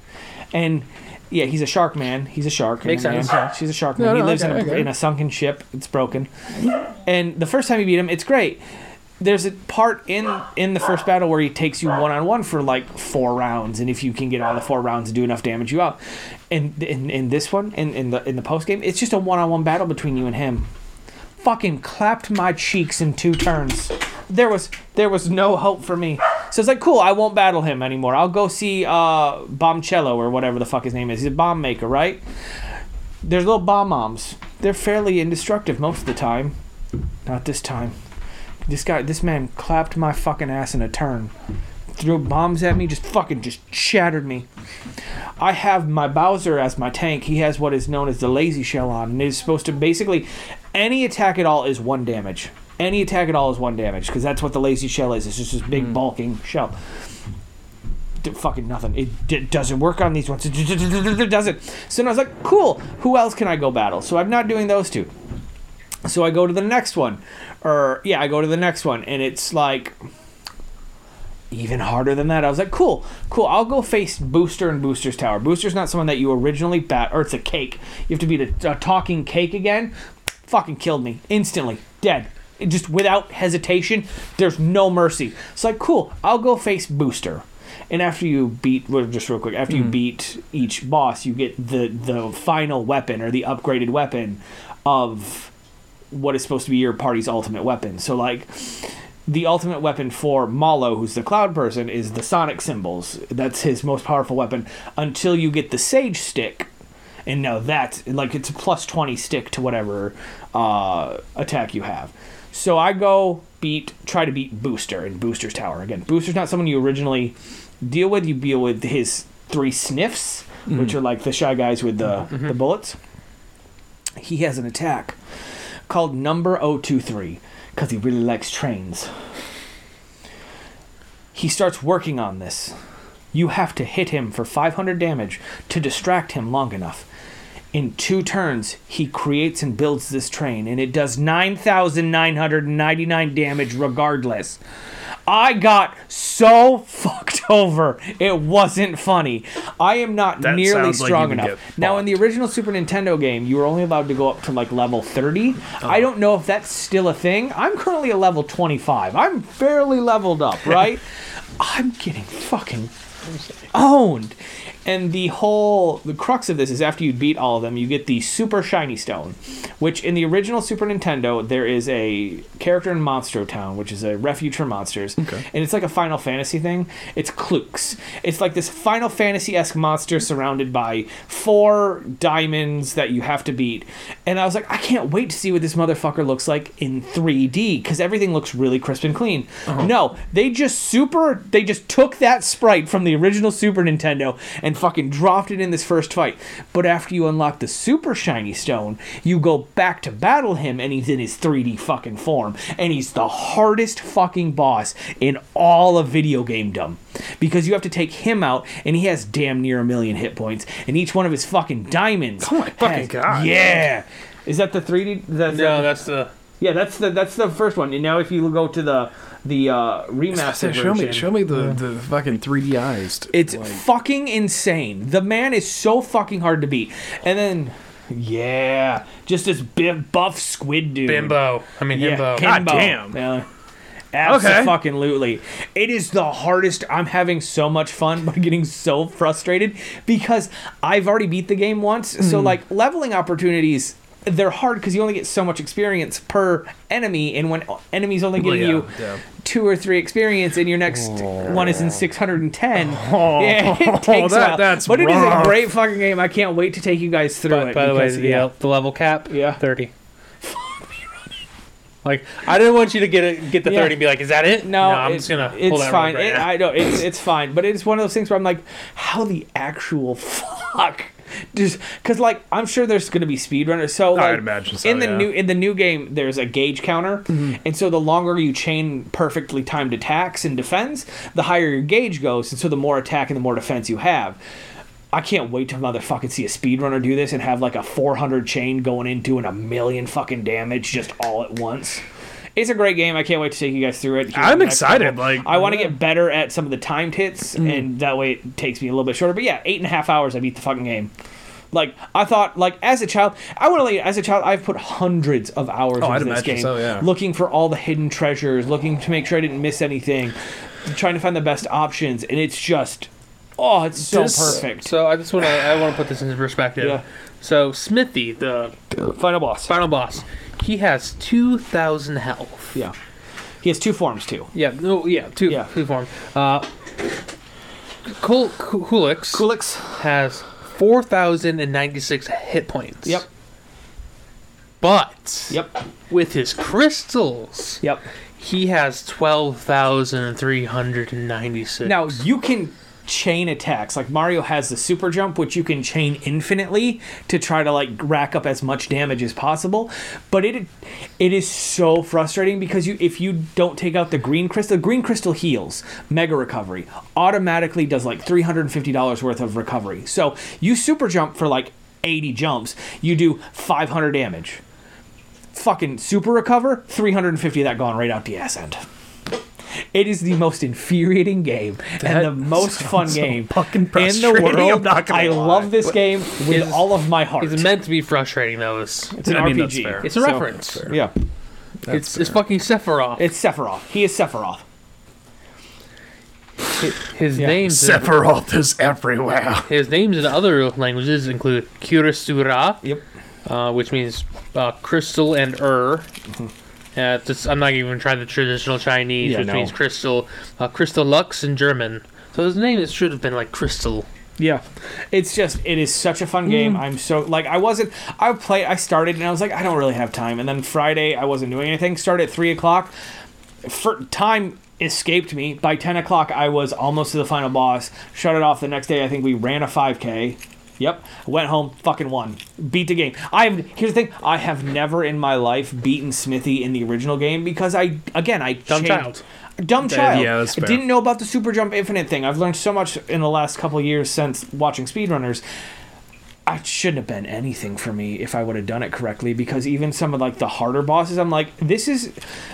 B: And yeah, he's a shark man. He's a shark.
C: Makes
B: And a
C: sense.
B: man- She's a shark man. he
D: no,
B: lives
D: okay,
B: in, a,
D: okay.
B: in a sunken ship. It's broken. And the first time you beat him, it's great. There's a part in in the first battle where he takes you one on one for like four rounds, and if you can get all the four rounds and do enough damage, you out. And in, in this one, in, in the in the post game, it's just a one on one battle between you and him. Fucking clapped my cheeks in two turns. There was there was no hope for me. So it's like cool. I won't battle him anymore. I'll go see uh, Bombcello or whatever the fuck his name is. He's a bomb maker, right? There's little bomb bombs. They're fairly indestructible most of the time. Not this time. This guy, this man clapped my fucking ass in a turn. Threw bombs at me, just fucking just shattered me. I have my Bowser as my tank. He has what is known as the lazy shell on, and it is supposed to basically any attack at all is one damage. Any attack at all is one damage because that's what the lazy shell is. It's just this big bulking shell. D- fucking nothing. It d- doesn't work on these ones. It d- d- d- d- d- doesn't. So then I was like, cool. Who else can I go battle? So I'm not doing those two. So I go to the next one, or yeah, I go to the next one, and it's like even harder than that. I was like, cool, cool. I'll go face Booster and Booster's Tower. Booster's not someone that you originally bat, or it's a cake. You have to beat a, a talking cake again. Fucking killed me instantly, dead, It just without hesitation. There's no mercy. It's like, cool. I'll go face Booster. And after you beat, well, just real quick, after you beat each boss, you get the the final weapon or the upgraded weapon of what is supposed to be your party's ultimate weapon. So like the ultimate weapon for Malo, who's the cloud person, is the sonic symbols. That's his most powerful weapon until you get the sage stick. And now that's like it's a plus 20 stick to whatever uh, attack you have. So I go beat try to beat Booster in Booster's Tower again. Booster's not someone you originally deal with. You deal with his three sniffs, which are like the shy guys with the the bullets. He has an attack called Number 023 because he really likes trains. He starts working on this. You have to hit him for 500 damage to distract him long enough. In two turns, he creates and builds this train, and it does 9,999 damage regardless. I got so fucked (laughs) over. It wasn't funny. I am not
D: That
B: nearly
D: sounds like you
B: strong
D: would
B: enough.
D: get
B: Now, in the original Super Nintendo game, you were only allowed to go up to like level 30.
D: Oh.
B: I don't know if that's still a thing. I'm currently a level 25. I'm fairly leveled
D: (laughs)
B: up, right? I'm getting fucking owned. And the whole the crux of this is after you beat all of them, you get the super shiny stone, which in the original Super Nintendo there is a character in Monstro Town, which is a refuge for monsters, and it's like a Final Fantasy thing. It's Klukes. It's like this Final Fantasy esque monster surrounded by four diamonds that you have to beat. And I was like, I can't wait to see what this motherfucker looks like in 3D because everything looks really crisp and clean. No, they just super, they just took that sprite from the original Super Nintendo and and fucking dropped it in this first fight. But after you unlock the super shiny stone, you go back to battle him and he's in his 3D fucking form. And he's the hardest fucking boss in all of video game dumb. Because you have to take him out and he has damn near a million hit points. And each one of his fucking diamonds.
D: Oh my fucking
B: has-
D: God.
B: Yeah. Is that the 3D? That's
C: (laughs) No, that's the.
B: yeah, that's the that's the first one. And now if you go to the the uh, remaster
D: show
B: version,
D: me, show me the, the fucking 3D-ized. (laughs)
B: it's fucking insane. The man is so fucking hard to beat. And then, yeah, just this bi- buff squid dude.
C: Bimbo. I mean,
B: Yeah,
C: Himbo.
D: God
B: Kimbo.
D: damn.
B: Yeah.
D: Okay.
B: Absolutely. It is the hardest. I'm having so much fun, but getting so frustrated because I've already beat the game once.
D: Hmm.
B: So, like, leveling opportunities, they're hard because you only get so much experience per enemy. And when enemies only give
D: yeah,
B: you
D: yeah. Oh.
B: two or three experience, and your next one is in
D: (laughs)
B: 610, yeah, it takes a
D: that-
B: while.
D: that's
B: but it is a
D: rough.
B: great fucking game. I can't wait to take you guys through
C: By,
B: it.
C: by the way,
B: because,
C: the, uh, the level cap,
B: Yeah.
C: thirty. (laughs) like I didn't want you to get it, get the
B: Yeah.
C: thirty and be like, is that it?
B: No,
C: I'm
B: it-
C: just gonna.
B: It's
C: hold that
B: fine.
C: Right
B: It-
C: now.
B: I know it's it's fine, but it's one of those things where I'm like, how the actual (laughs) fuck? Just because, like, I'm sure there's going to be speedrunners. So, like,
D: imagine so,
B: in the
D: yeah.
B: new in the new game, there's a gauge counter, and so the longer you chain perfectly timed attacks and defense, the higher your gauge goes, and so the more attack and the more defense you have. I can't wait to motherfucking see a speedrunner do this and have like a 400 chain going into and a million fucking damage just all at once. It's a great game. I can't wait to take you guys through it. here
D: I'm
B: in the next
D: excited,
B: couple.
D: like- Mm.
B: I want to get better at some of the timed hits, and that way it takes me a little bit shorter. But yeah, eight and a half hours. I beat the fucking game. Like I thought, like as a child, I would only as a child I've put hundreds of hours into
D: Oh, I'd
B: this
D: imagine
B: game,
D: so, yeah.
B: looking for all the hidden treasures, looking to make sure I didn't miss anything, trying to find the best options, and it's just, oh, it's so
D: This-
B: perfect.
C: So I just want to I want to put this into perspective.
B: Yeah.
C: So Smithy, the
B: Final boss.
C: final boss, he has two thousand health.
B: Yeah. He has two forms too.
C: Yeah. No. Yeah. Two.
B: Yeah.
C: Two form. Uh, Kul- Ku- Kulix
B: Kulix.
C: has four thousand and ninety six hit points.
B: Yep.
C: But
B: Yep.
C: with his crystals,
B: Yep.
C: he has twelve thousand three hundred and ninety six.
B: Now you can chain attacks like Mario has the super jump, which you can chain infinitely to try to like rack up as much damage as possible. But it it is so frustrating because you if you don't take out the green crystal, the green crystal heals, mega recovery automatically does like three hundred and fifty dollars worth of recovery. So you super jump for like eighty jumps, you do five hundred damage. Fucking super recover, 350 of that gone right out the ass end. It is the most infuriating game and the most fun game
D: fucking
B: in the
D: frustrating,
B: world.
D: I'm not gonna
B: I
D: lie.
B: love this game with
C: It's-
B: all of my heart.
C: It's meant to be frustrating, though. It's
B: It's an
D: I mean, that's
B: RPG.
D: fair.
C: it's a
B: So-
C: reference.
B: yeah,
C: It's, it's fucking Sephiroth.
B: it's Sephiroth. He is Sephiroth.
C: his
B: yeah.
C: names in,
D: Sephiroth is everywhere.
C: his names in other languages include Kurasura,
B: Yep.
C: uh, which means uh, crystal and er. Uh, it's just- I'm not even trying the traditional Chinese,
B: Yeah,
C: which
B: no.
C: means crystal, uh, crystal lux in German. So his name is- should have been like crystal.
B: Yeah, it's just it is such a fun game. I'm so like I wasn't. I played. I started and I was like I don't really have time. And then Friday I wasn't doing anything. Started at three o'clock. For time escaped me. By ten o'clock I was almost to the final boss. Shut it off. The next day I think we ran a five k. Yep. Went home. Fucking won. Beat the game. I have. Here's the thing. I have never in my life beaten Smithy in the original game because I again I
C: Dumb
B: changed-
C: child.
B: Dumb child.
D: yeah, that's
B: I
D: fair.
B: didn't know about the super jump infinite thing. I've learned so much in the last couple years since watching speedrunners. I shouldn't have been anything for me if I would have done it correctly because even some of like the harder bosses, I'm like, this is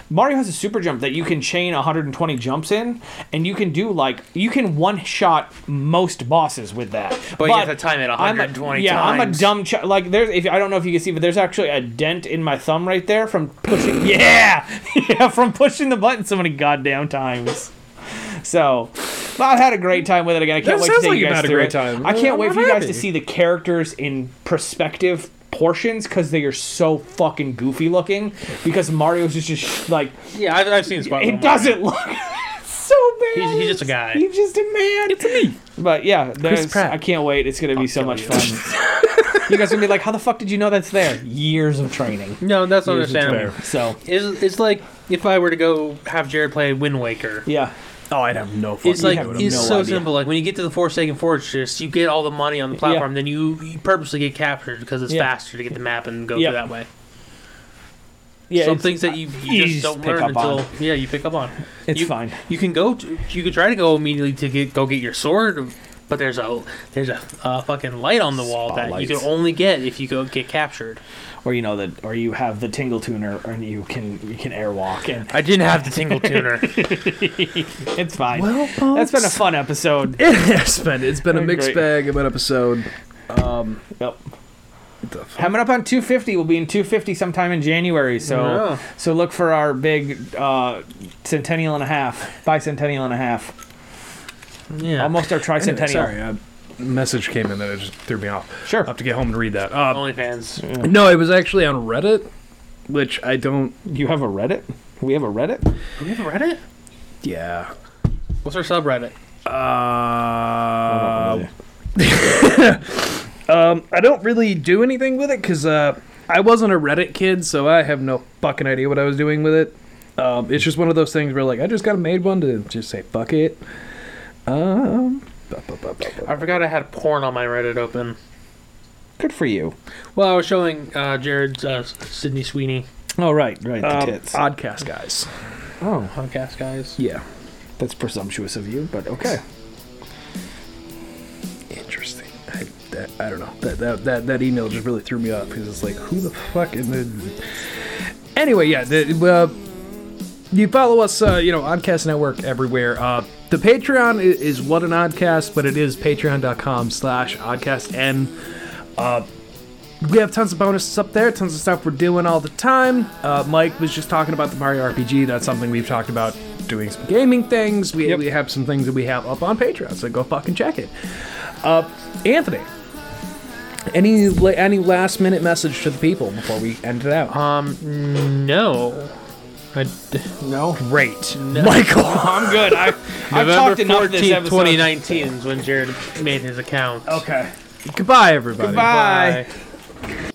B: Mario has a super jump that you can chain 120 jumps in, and you can do like you can one shot most bosses with that.
C: But you have to time it
B: I'm a-
C: 120
B: yeah, I'm a
C: times.
B: dumb ch- like there's if I don't know if you can see, but there's actually a dent in my thumb right there from pushing. (laughs) Yeah, yeah, from pushing the button so many goddamn times. So, but I've had a great time with it again. I can't
D: That
B: wait to
D: sounds
B: take
D: like
B: you
D: you've
B: guys
D: had a
B: through
D: great
B: it.
D: time.
B: I can't
D: I'm
B: wait for you guys
D: happy.
B: to see the characters in perspective portions because they are so fucking goofy looking. Because Mario's just, just like
C: Yeah, I've, I've seen Spotlight.
B: it doesn't look (laughs) so bad.
C: Oh He's- he's just a guy.
B: He's just a man. It's me. But yeah, there's,
C: Pratt.
B: I can't wait. It's gonna be so
C: (laughs)
B: much fun. you guys are gonna be like, how the fuck did you know that's there? Years of training.
C: No, that's not understandable.
B: So
C: It's, it's like if I were to go have Jared play Wind Waker.
B: yeah,
D: Oh, I'd have no fucking
C: It's like
D: clue what I'm
C: it's
D: doing.
C: so
B: idea.
C: simple. Like when you get to the Forsaken Fortress, you get all the money on the platform, then you, you purposely get captured because it's
B: Yeah.
C: faster to get the map and go
B: Yeah.
C: through that way.
B: Yeah,
C: Some
B: it's-
C: things that you,
B: you
C: you just
B: just
C: don't
B: pick up
C: learn
B: on.
C: until yeah you pick up on.
B: It's
C: You-
B: fine.
C: You can go. To, you can try to go immediately to get go get your sword, but there's a there's a uh, fucking light on the wall that you
B: Spotlights.
C: can only get if you go get captured.
B: or you know that, or you have the tingle tuner, and you can you can airwalk, and
C: I didn't have the tingle tuner.
B: it's fine.
D: (laughs) Well,
B: That's been a
D: (laughs) folks.
B: fun episode.
D: It has been. It's been a mixed
B: Great.
D: bag of an episode.
B: Yep.
D: The f-
B: Coming up on 250, we'll be in 250 sometime in January. So
C: Yeah.
B: so look for our big uh, centennial and a half, bicentennial and a half,
C: (laughs) yeah,
B: almost our tricentennial.
D: Anyway, sorry, a message came in that it just threw me off.
B: Sure.
D: I'll have to get home and read that. Uh,
C: OnlyFans.
D: no, it was actually on Reddit, which I don't.
B: You have a Reddit? We have a Reddit?
C: Do we have a Reddit?
D: Yeah.
C: What's our subreddit?
D: Uh, (laughs) um, I don't really do anything with it because uh, I wasn't a Reddit kid, so I have no fucking idea what I was doing with it. Um, it's just one of those things where like I just kind of made one to just say fuck it. Um, bu- bu- bu- bu- bu-
C: I forgot I had porn on my Reddit open.
B: Good for you.
C: Well, I was showing uh, Jared's uh, Sydney Sweeney
B: Oh, right, right. The
D: um,
B: tits.
D: Oddcast guys.
B: oh,
C: podcast, guys.
D: Yeah.
B: that's presumptuous of you, but okay.
D: Interesting. I, that, I don't know. That, that that that email just really threw me off because it's like, who the fuck? And then, anyway, yeah. The, uh, you follow us, uh, you know, Oddcast Network everywhere. Uh, the Patreon i- is what an Oddcast, but it is patreon.com slash oddcastn. Uh, we have tons of bonuses up there, tons of stuff we're doing all the time. Uh, Mike was just talking about the Mario RPG. That's something we've talked about doing some gaming things. We, we have some things that we have up on Patreon, so go fucking check it. Uh, Anthony, any la- any last minute message to the people before we end it out?
C: Um, no. I d-
B: No?
D: Great,
B: (laughs)
D: Michael.
B: I'm good. I, I've
C: November
B: talked enough this
C: 14th,
B: episode.
C: 2019 is when Jared made his account.
D: Okay. Goodbye, everybody.
B: Goodbye.